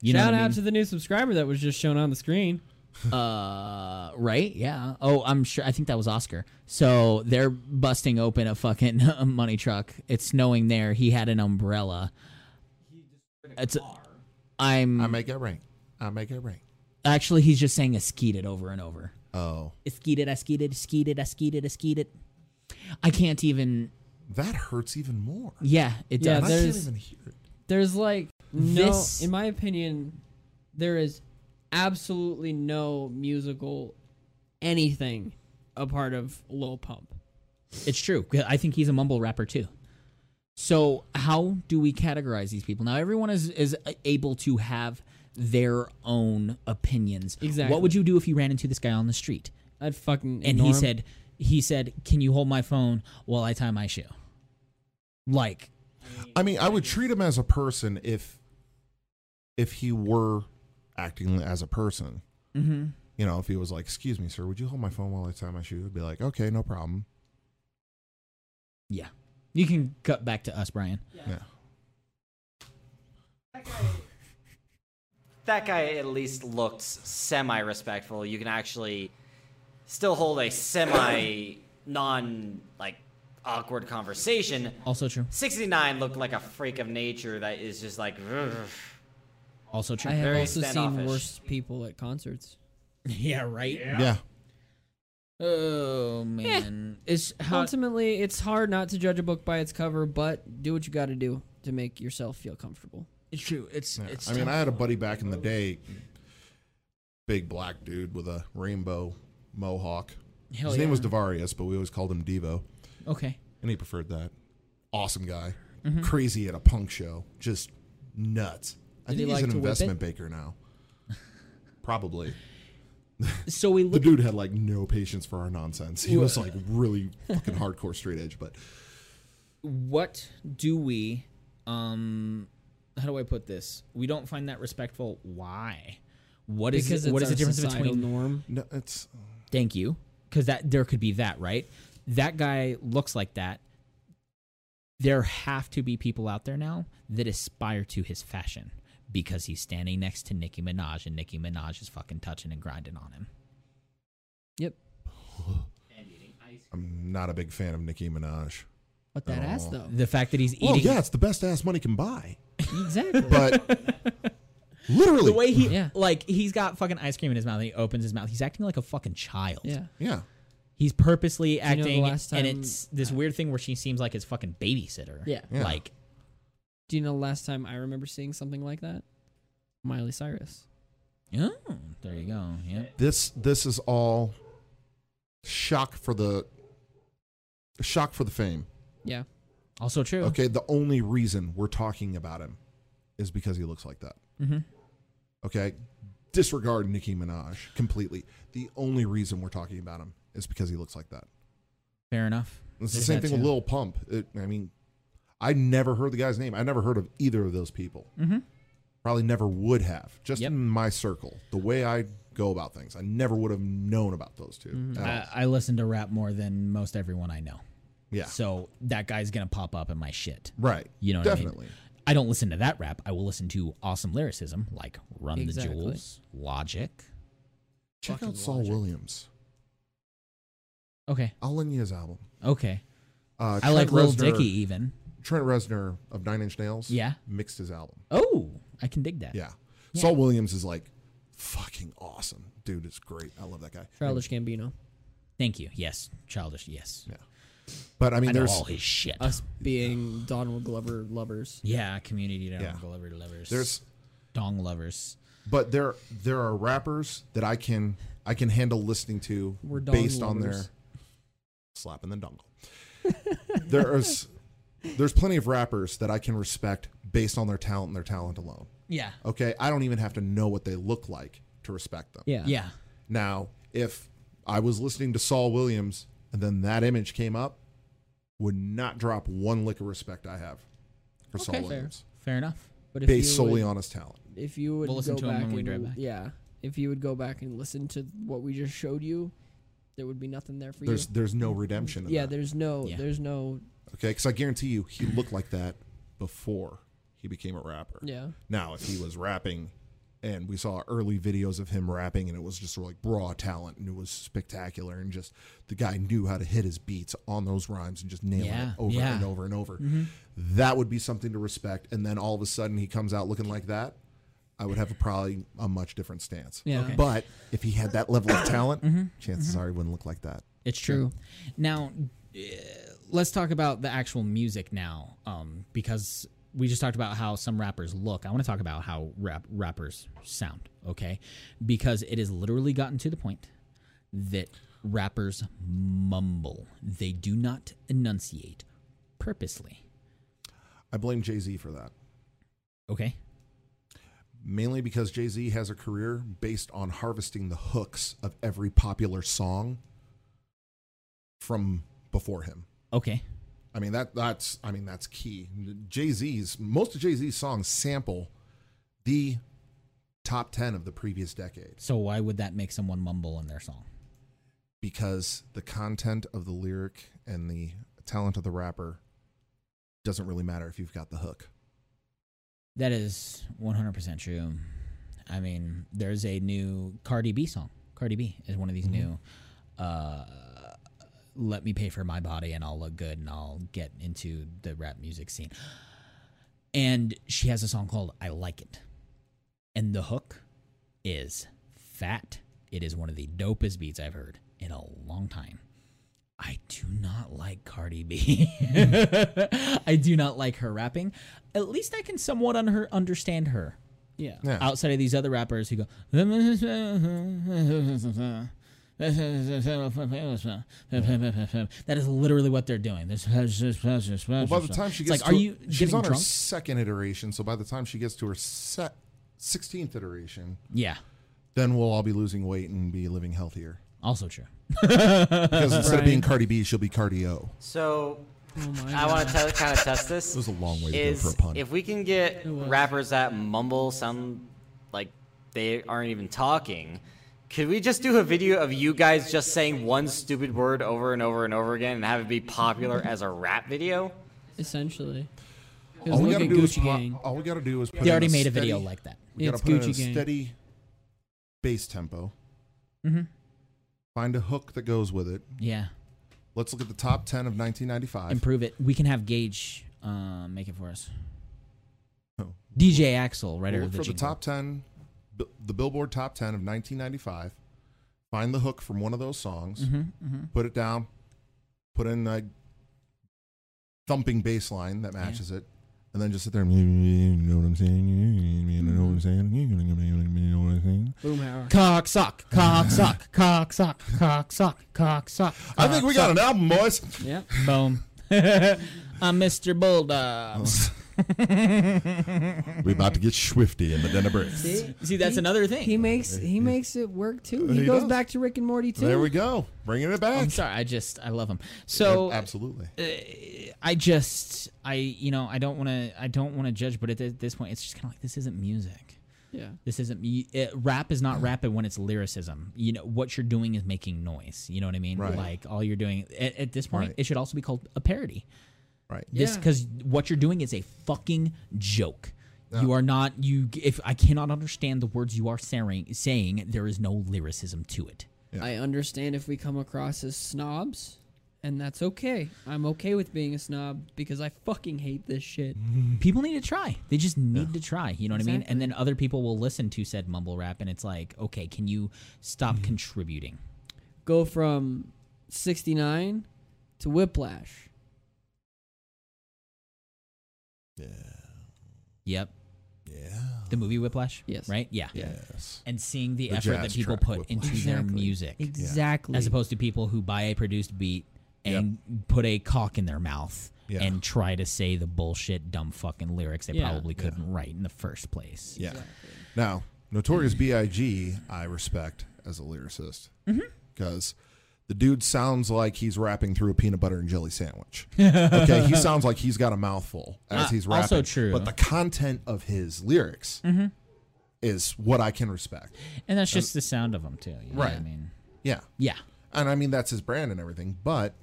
You know Shout what I out mean? to the new subscriber that was just shown on the screen. uh right yeah oh i'm sure i think that was oscar so they're busting open a fucking money truck it's snowing there he had an umbrella it's i'm I make it rain. I make it rain. actually he's just saying eskeeted over and over Oh, eskeeted eskeeted eskeeted eskeeted eskeeted i can't even that hurts even more. yeah it Yeah, and I can't does there's- even hear it. There's like This- no, in my opinion, there is absolutely no musical anything a part of Lil Pump. It's true. I think he's a mumble rapper too. So how do we categorize these people? Now everyone is is able to have their own opinions. Exactly. What would you do if you ran into this guy on the street I'd fucking and ignore he him. said he said, "Can you hold my phone while I tie my shoe?" Like I mean, I would treat him as a person if if he were acting as a person. Mm-hmm. You know, if he was like, "Excuse me, sir, would you hold my phone while I tie my shoe?" I'd be like, "Okay, no problem." yeah. You can cut back to us, Brian. Yeah. That guy at least looked semi respectful. You can actually still hold a semi non like awkward conversation. Also true. 69 looked like a freak of nature that is just like "Ugh." Also true. I have Very also seen standoffish. worse people at concerts. yeah, right. Yeah. Eh. Oh man. It's how Ultimately, it's hard not to judge a book by its cover, but do what you got to do to make yourself feel comfortable. it's true. It's Yeah. it's I mean, I had a buddy back in the day, big black dude with a rainbow mohawk. Hell His name yeah. was Devarius, but we always called him Devo, Okay. and he preferred that. Awesome guy, Mm-hmm. crazy at a punk show, just nuts. I Did he think he's like an to whip it? investment banker now. Probably. So we the look dude had like no patience for our nonsense. He was like really fucking hardcore straight edge, but what do we um how do I put this? We don't find that respectful. Why? What is Because it, it's what is our the difference societal between norm? no, it's Thank you. Cuz that there could be that, right? That guy looks like that. There have to be people out there now that aspire to his fashion because he's standing next to Nicki Minaj and Nicki Minaj is fucking touching and grinding on him. Yep. I'm not a big fan of Nicki Minaj. But that ass Oh. though. The fact that he's eating Well, yeah, it's the best ass money can buy, Exactly. but literally, the way he Yeah. like he's got fucking ice cream in his mouth and he opens his mouth. He's acting like a fucking child. yeah. yeah, He's purposely know the acting, last and time- it's this weird thing where she seems like his fucking babysitter. Yeah. Yeah. Like, Do you know the last time I remember seeing something like that? Miley Cyrus. oh, there you go. Yeah. this this is all shock for the shock for the fame. Yeah. Also true. Okay, the only reason we're talking about him is because he looks like that. Mm-hmm. Okay, disregard Nicki Minaj completely. The only reason we're talking about him is because he looks like that. Fair enough. It's the There's same that thing with too. Lil Pump. It, I mean, I never heard the guy's name. I never heard of either of those people. Mm-hmm. Probably never would have, just Yep. in my circle, the way I go about things. I never would have known about those 2 at all. I, I listen to rap more than most everyone I know. yeah, So that guy's gonna pop up in my shit. right. You know, what I mean? definitely. I don't listen to that rap. I will listen to awesome lyricism like Run Exactly. the Jewels, Logic. Check Fucking out Saul logic. Williams. Okay. I'll lend you his album. Okay. Uh, I like Lil Reznor- Dicky even. Trent Reznor of Nine Inch Nails. Yeah. mixed his album. Oh, I can dig that. Yeah. Saul Williams is like fucking awesome. Dude is great. I love that guy. Childish Gambino. Thank you. Yes. Childish. Yes. Yeah. But I mean, I know there's all his shit. Us being Donald Glover lovers. yeah. Community dong Yeah. lover lovers. there's dong lovers. but there there are rappers that I can I can handle listening to We're dong based on their lovers. slapping the dongle. there's there's plenty of rappers that I can respect based on their talent and their talent alone. Yeah. Okay, I don't even have to know what they look like to respect them. Yeah. Yeah. Now, if I was listening to Saul Williams and then that image came up, would not drop one lick of respect I have for Saul fair. Williams Fair enough. But if based you solely would, on his talent. if you would We'll listen go to 'em back when we and drive back. yeah, if you would go back and listen to what we just showed you, there would be nothing there for There's you. there's no redemption. In Yeah, that. there's no, Yeah. there's no, okay, because I guarantee you he looked like that before he became a rapper. yeah, Now, if he was rapping, and we saw early videos of him rapping, and it was just like raw talent, and it was spectacular, and just the guy knew how to hit his beats on those rhymes and just nail Yeah, it over yeah. Mm-hmm. and over and over. That would be something to respect. And then all of a sudden, he comes out looking like that. I would have a, probably a much different stance. Yeah. Okay. But if he had that level of talent, Mm-hmm. chances are he wouldn't look like that. It's true. Now, uh, let's talk about the actual music now, um, because we just talked about how some rappers look. I want to talk about how rap- rappers sound, okay? Because it has literally gotten to the point that rappers mumble; they do not enunciate purposely. I blame Jay Z for that. Okay. mainly because Jay Z has a career based on harvesting the hooks of every popular song from before him. Okay. I mean that that's I mean that's key. Jay Z's most of Jay Z's songs sample the top ten of the previous decade So why would that make someone mumble in their song? because the content of the lyric and the talent of the rapper doesn't really matter if you've got the hook. That is 100% true. I mean, there's a new Cardi B song. Cardi B is one of these new uh let me pay for my body and I'll look good and I'll get into the rap music scene. And she has a song called I Like It. And the hook is fat. It is one of the dopest beats I've heard in a long time. I do not like Cardi B. I do not like her rapping. At least I can somewhat un- her- understand her yeah. Yeah. outside of these other rappers who go. That is literally what they're doing. This Well, well, by the time she gets like, to, are you she's getting on her drunk? second iteration, so by the time she gets to her se- 16th iteration, Yeah, then we'll all be losing weight and be living healthier. also true. Because instead of being Brian. Cardi B, she'll be Cardio. So Oh my I want to kind of test this. It was a long way to go is for a pun. if we can get was. rappers that mumble sound like they aren't even talking, could we just do a video of you guys just saying one stupid word over and over and over again and have it be popular as a rap video? Essentially. 'Cause all we look gotta at do is Gucci put- Gang. all we gotta do is put They in already made a video steady- like that. we gotta It's put in a Gucci Gang. steady bass tempo. Mhm. Find a hook that goes with it. Yeah, Let's look at the top ten of 1995. improve it. We can have Gage uh, make it for us. Oh. DJ Axel, right We'll over look the, for the jingle. top ten, bi- the Billboard top ten of 1995. Find the hook from one of those songs. Mhm, mhm. Put it down. Put in a thumping bass line that matches it. And then just sit there. and, You know what I'm saying? You know what I'm saying? You know what I'm saying? Boom Howard. Cock sock, cock sock, cock sock, cock sock, cock sock. I think we got an album, boys. Yeah. Boom. I'm Mr. Bulldog. Oh. We're about to get swifty in the den of bricks. See? See, that's another thing. He makes he makes it work too. He, He goes does. back to Rick and Morty too. There we go. Bringing it back. I'm sorry. I just I love him. So uh, Absolutely. I just I you know I don't want to I don't want to judge, but at thi- this point it's just kind of like this isn't music. Yeah. This isn't mu- uh rap is not rapid when it's lyricism. You know what you're doing is making noise. You know what I mean? Right. Like all you're doing at, at this point, Right. it should also be called a parody. Right. This Yeah. because what you're doing is a fucking joke. You are not you. If I cannot understand the words you are saying, saying there is no lyricism to it. Yeah. I understand if we come across as snobs, and that's okay. I'm okay with being a snob because I fucking hate this shit. Mm-hmm. people need to try. They just need to try. You know what I mean? And then other people will listen to said mumble rap, and it's like, okay, can you stop Mm-hmm. contributing? Go from 69 to Whiplash. Yep. Yeah. The movie Whiplash. Yes. Right. Yeah. Yes. And seeing the, The effort that jazz people track put into their music, Exactly. as opposed to people who buy a produced beat and put a cock in their mouth Yeah. and try to say the bullshit, dumb fucking lyrics they Yeah. probably couldn't write in the first place. Yeah. Now, Notorious B.I.G. I respect as a lyricist Mm-hmm. because the dude sounds like he's rapping through a peanut butter and jelly sandwich. okay, he sounds like he's got a mouthful as Uh, he's rapping. also true. Mm-hmm. But the content of his lyrics is what I can respect. And that's just the sound of them too. You know what I Right. mean, Yeah, yeah. and I mean that's his brand and everything. But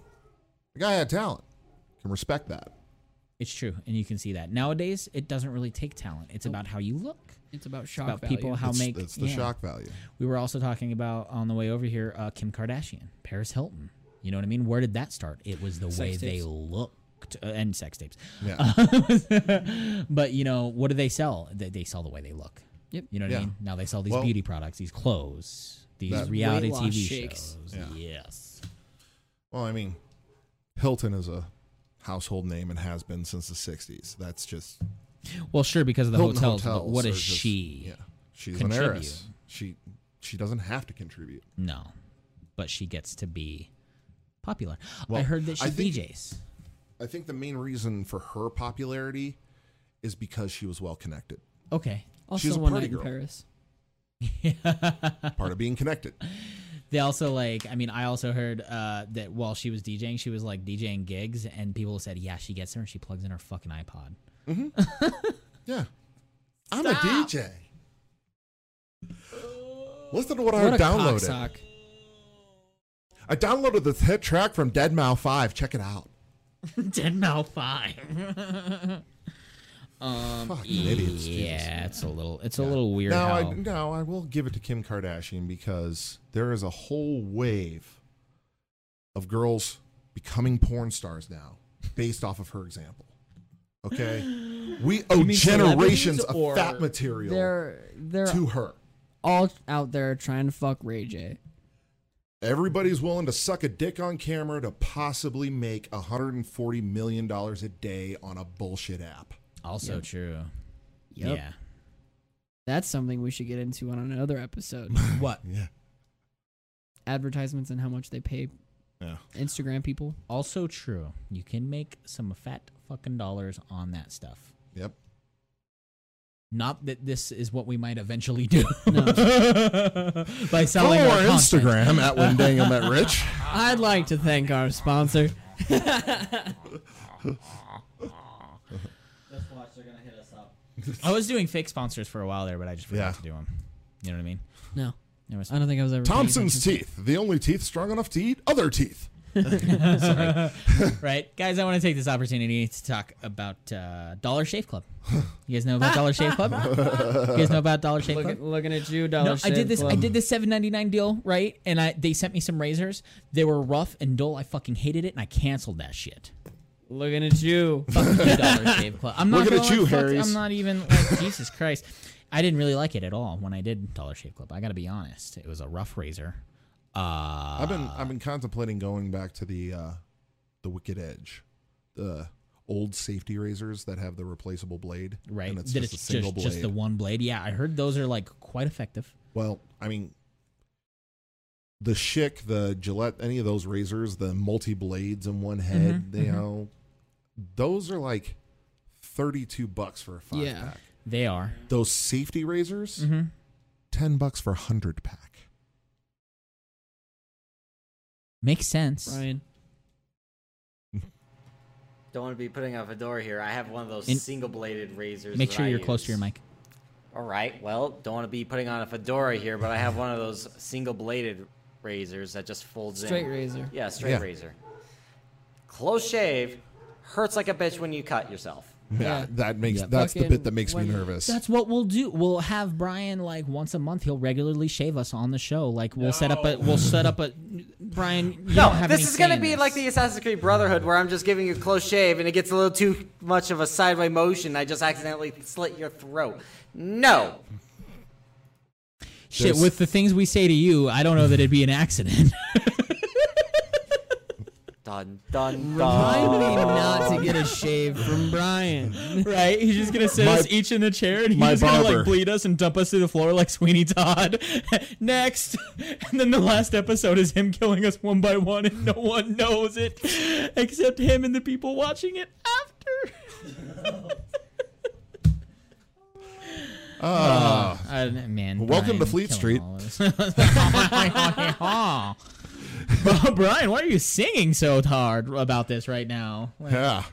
the guy had talent. Can respect that. It's true, and you can see that nowadays. It doesn't really take talent; it's about how you look. it's about shock about value. people how It's- make it's the yeah. shock value. We were also talking about on the way over here, uh, Kim Kardashian, Paris Hilton. You know what I mean? Where did that start? It was the way they tapes. looked uh, and sex tapes. Yeah, but you know, what do they sell? They, they sell the way they look. Yep. You know what Yeah. I mean? Now they sell these Well- beauty products, these clothes, these That- reality Weight loss TV shakes. shows. Yeah. Yes. Well, I mean, Hilton is a household name and has been since the 60s. That's just Well, sure, because of the Hilton hotels. but hotels what are does just- she? Yeah. She's an contribute? heiress. She she doesn't have to contribute. No, but she gets to be popular. I Well, heard that I she think- DJs. I think the main reason for her popularity is because she was well connected. Okay. Also, She's a one party night in girl. Paris. Part of being connected. They also like, I mean, I also heard uh, that while she was DJing, she was like DJing gigs, and people said, "Yeah, she gets there and she plugs in her fucking iPod." Yeah. I'm a DJ. Listen to what, I what a downloaded. cocksock. I downloaded this hit track from Dead Mouse 5. Check it out. Ten Mal Five. um, Fucking idiots. Jesus. yeah, it's a little, it's a little weird. Now, how, I, now I will give it to Kim Kardashian because there is a whole wave of girls becoming porn stars now, based off of her example. Okay, we owe mean generations celebrities of or fat material They're they're to her. all out there trying to fuck Ray J. Everybody's willing to suck a dick on camera to possibly make 140 million dollars a day on a bullshit app. also Yep. true. Yep. Yeah. That's something we should get into on another episode. What? Yeah, Advertisements and how much they pay yeah. Instagram people. Also true. You can make some fat fucking dollars on that stuff. Yep. Not that this is what we might eventually do No. by Follow selling our our content. Instagram at when Daniel met Rich. I'd like to thank our sponsor. Just watch, they're gonna hit us up. I was doing fake sponsors for a while there, but I just forgot Yeah. to do them. You know what I mean? No, There was I don't think I was ever. paying Thompson's attention. teeth, the only teeth strong enough to eat other teeth. right, guys. I want to take this opportunity to talk about uh, Dollar Shave Club. You guys know about Dollar Shave Club? You guys know about Dollar Shave Look Club? at- looking at you, dollar. No, I did Shave this. I Club. did this seven ninety nine deal, right? And I they sent me some razors. They were rough and dull. I fucking hated it, and I canceled that shit. Looking at you. Fuck you, Dollar Shave Club. I'm not Looking at gonna lie, you, fuck- Harry's. I'm not even like Jesus Christ. I didn't really like it at all when I did Dollar Shave Club. I got to be honest. It was a rough razor. Uh, I've been I've been contemplating going back to the uh, the Wicked Edge, the old safety razors that have the replaceable blade, right? And it's that just it's a single just, blade. just the one blade. Yeah, I heard those are like quite effective. well, I mean, the Schick, the Gillette, any of those razors, the multi blades in one Mm-hmm, head, you know, those are like thirty two bucks for a five Yeah. pack. They are. Those safety razors, Mm-hmm. ten bucks for a hundred pack. Makes sense. Ryan. Don't want to be putting up a door here. I have one of those In- single bladed razors. Make that sure I you're close to your use. mic. All right. Well, don't want to be putting on a fedora here, but I have one of those single bladed razors that just folds in. Straight razor. Yeah, straight Yeah. razor. Close shave hurts like a bitch when you cut yourself. Yeah, Yeah. that makes Yeah. that's the Fucking bit that makes me when- nervous. That's what we'll do. We'll have Brian like once a month. He'll regularly shave us on the show. Like we'll set up a we'll set up a Brian. You don't No, have this any is gonna say in be this. like the Assassin's Creed Brotherhood, where I'm just giving you a close shave, and it gets a little too much of a sideway motion. I just accidentally slit your throat. No, shit this- with the things we say to you. I don't know that it'd be an accident. dun dun Remind dun. me not to get a shave from Brian. Oh. right? He's just gonna sit My- us each in a chair and he's my just gonna barber. like bleed us and dump us to the floor like Sweeney Todd. Next, and then the last episode is him killing us one by one, and no one knows it except him and the people watching it after. Ah, Uh, man, Welcome to Fleet killing Street. all of us. Well, Brian, why are you singing so hard about this right now? Like, yeah.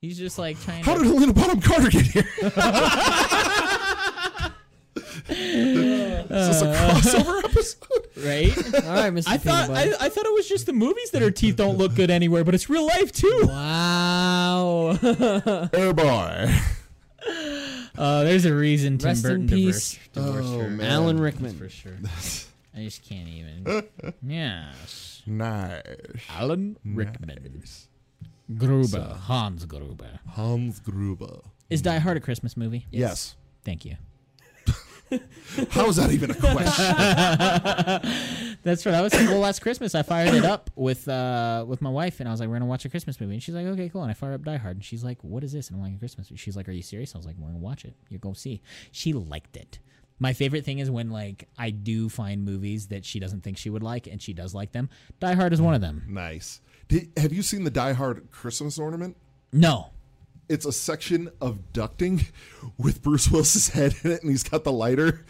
He's just like trying How to. did Helena Bottom Carter get here? Is this a crossover episode? right? All right, Mr. I thought I, Peanut I thought it was just the movies that her teeth don't look good anywhere, but it's real life too. Butter. wow. Air boy. Uh, there's a reason Tim Rest in Burton peace. divorced, divorced Oh, her. man. Alan That's Rickman. for sure. I just can't even. Yes, Nice. Alan Rickman, Gruber, Hans Gruber. Hans Gruber. Is Die Hard a Christmas movie? Yes. Thank you. How is that even a question? That's right. I was well last Christmas. I fired it up with uh with my wife, and I was like, "We're gonna watch a Christmas movie," and she's like, "Okay, cool." And I fired up Die Hard, and she's like, "What is this?" And I'm like, "A Christmas." movie." She's like, "Are you serious?" I was like, "We're gonna watch it. You're gonna see." She liked it. My favorite thing is when like I do find movies that she doesn't think she would like, and she does like them. Die Hard is one of them. nice. Did, have you seen the Die Hard Christmas ornament? No, It's a section of ducting with Bruce Willis's head in it, and he's got the lighter.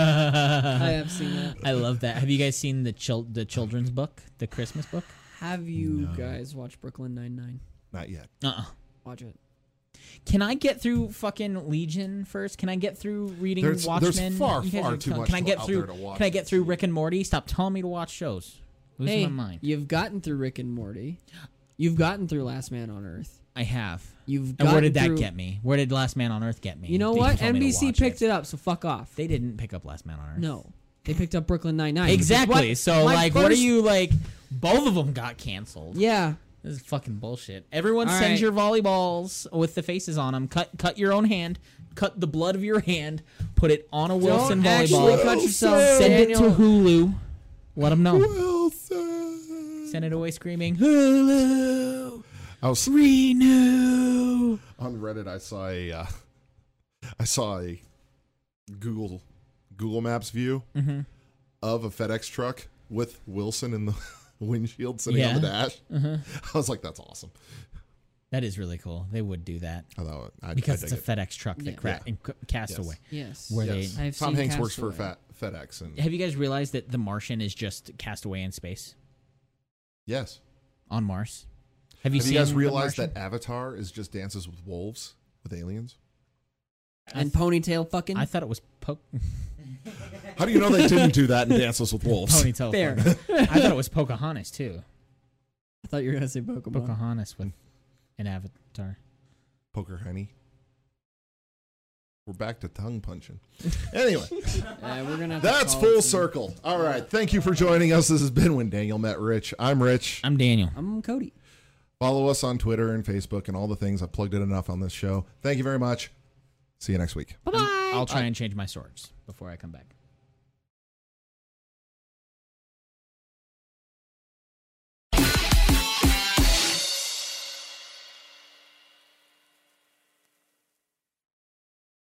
I have seen that. I love that. Have you guys seen the chil- the children's book, the Christmas book? Have you guys watched Brooklyn Nine Nine? Not yet. Uh. uh Watch it. Can I get through fucking Legion first? Can I get through reading There's- there's Watchmen? far, You guys far are too telling- much Can I to- get out through? there to watch Can I and get through Rick and Morty? Stop telling me to watch shows. Losing hey, my mind. you've gotten through Rick and Morty. You've gotten through Last Man on Earth. I have. You've And gotten where did that through- get me? Where did Last Man on Earth get me? You know They what? told me to NBC watch picked it. up, so fuck off. They didn't pick up Last Man on Earth. no, they picked up Brooklyn Nine Nine. Exactly. So like, what are you like? Both of them got canceled. Yeah, This is fucking bullshit. Everyone All send right. your volleyballs with the faces on them. Cut cut your own hand. Cut the blood of your hand. Put it on a Wilson don't volleyball. actually cut yourself. Send it to Daniel. Hulu. Let them know. Wilson. Send it away screaming Hulu. I was Renew. on Reddit. I saw a, uh, I saw a Google Google Maps view of a FedEx truck with Wilson in the windshield sitting on the Yeah. dash. I was like, that's awesome. That is really cool. They would do that I thought I, because I it's dig a FedEx truck that Yeah. cra- and c- cast Yes. away. Yes. Where it. Yes. they I've Tom seen Hanks works for Castaway. Fat, FedEx, and have you guys realized that The Martian is just Castaway in space yes. on Mars? Have you Have you seen guys The realized Martian? that Avatar is just dances with wolves with aliens? and ponytail fucking. I thought it was poke. How do you know they didn't do that in Dances with Wolves? ponytail. Fair. photo. I thought it was Pocahontas too. I thought you were gonna say Pokemon. Pocahontas with an avatar. Poker honey. We're back to tongue punching. Anyway. Yeah, we're gonna. have to That's call full it some- circle. All right. Thank you for joining us. This has been When Daniel Met Rich. I'm Rich. I'm Daniel. I'm Cody. Follow us on Twitter and Facebook and all the things. I've plugged it enough on this show. Thank you very much. See you next week. Bye bye. I'll try and change my swords before I come back.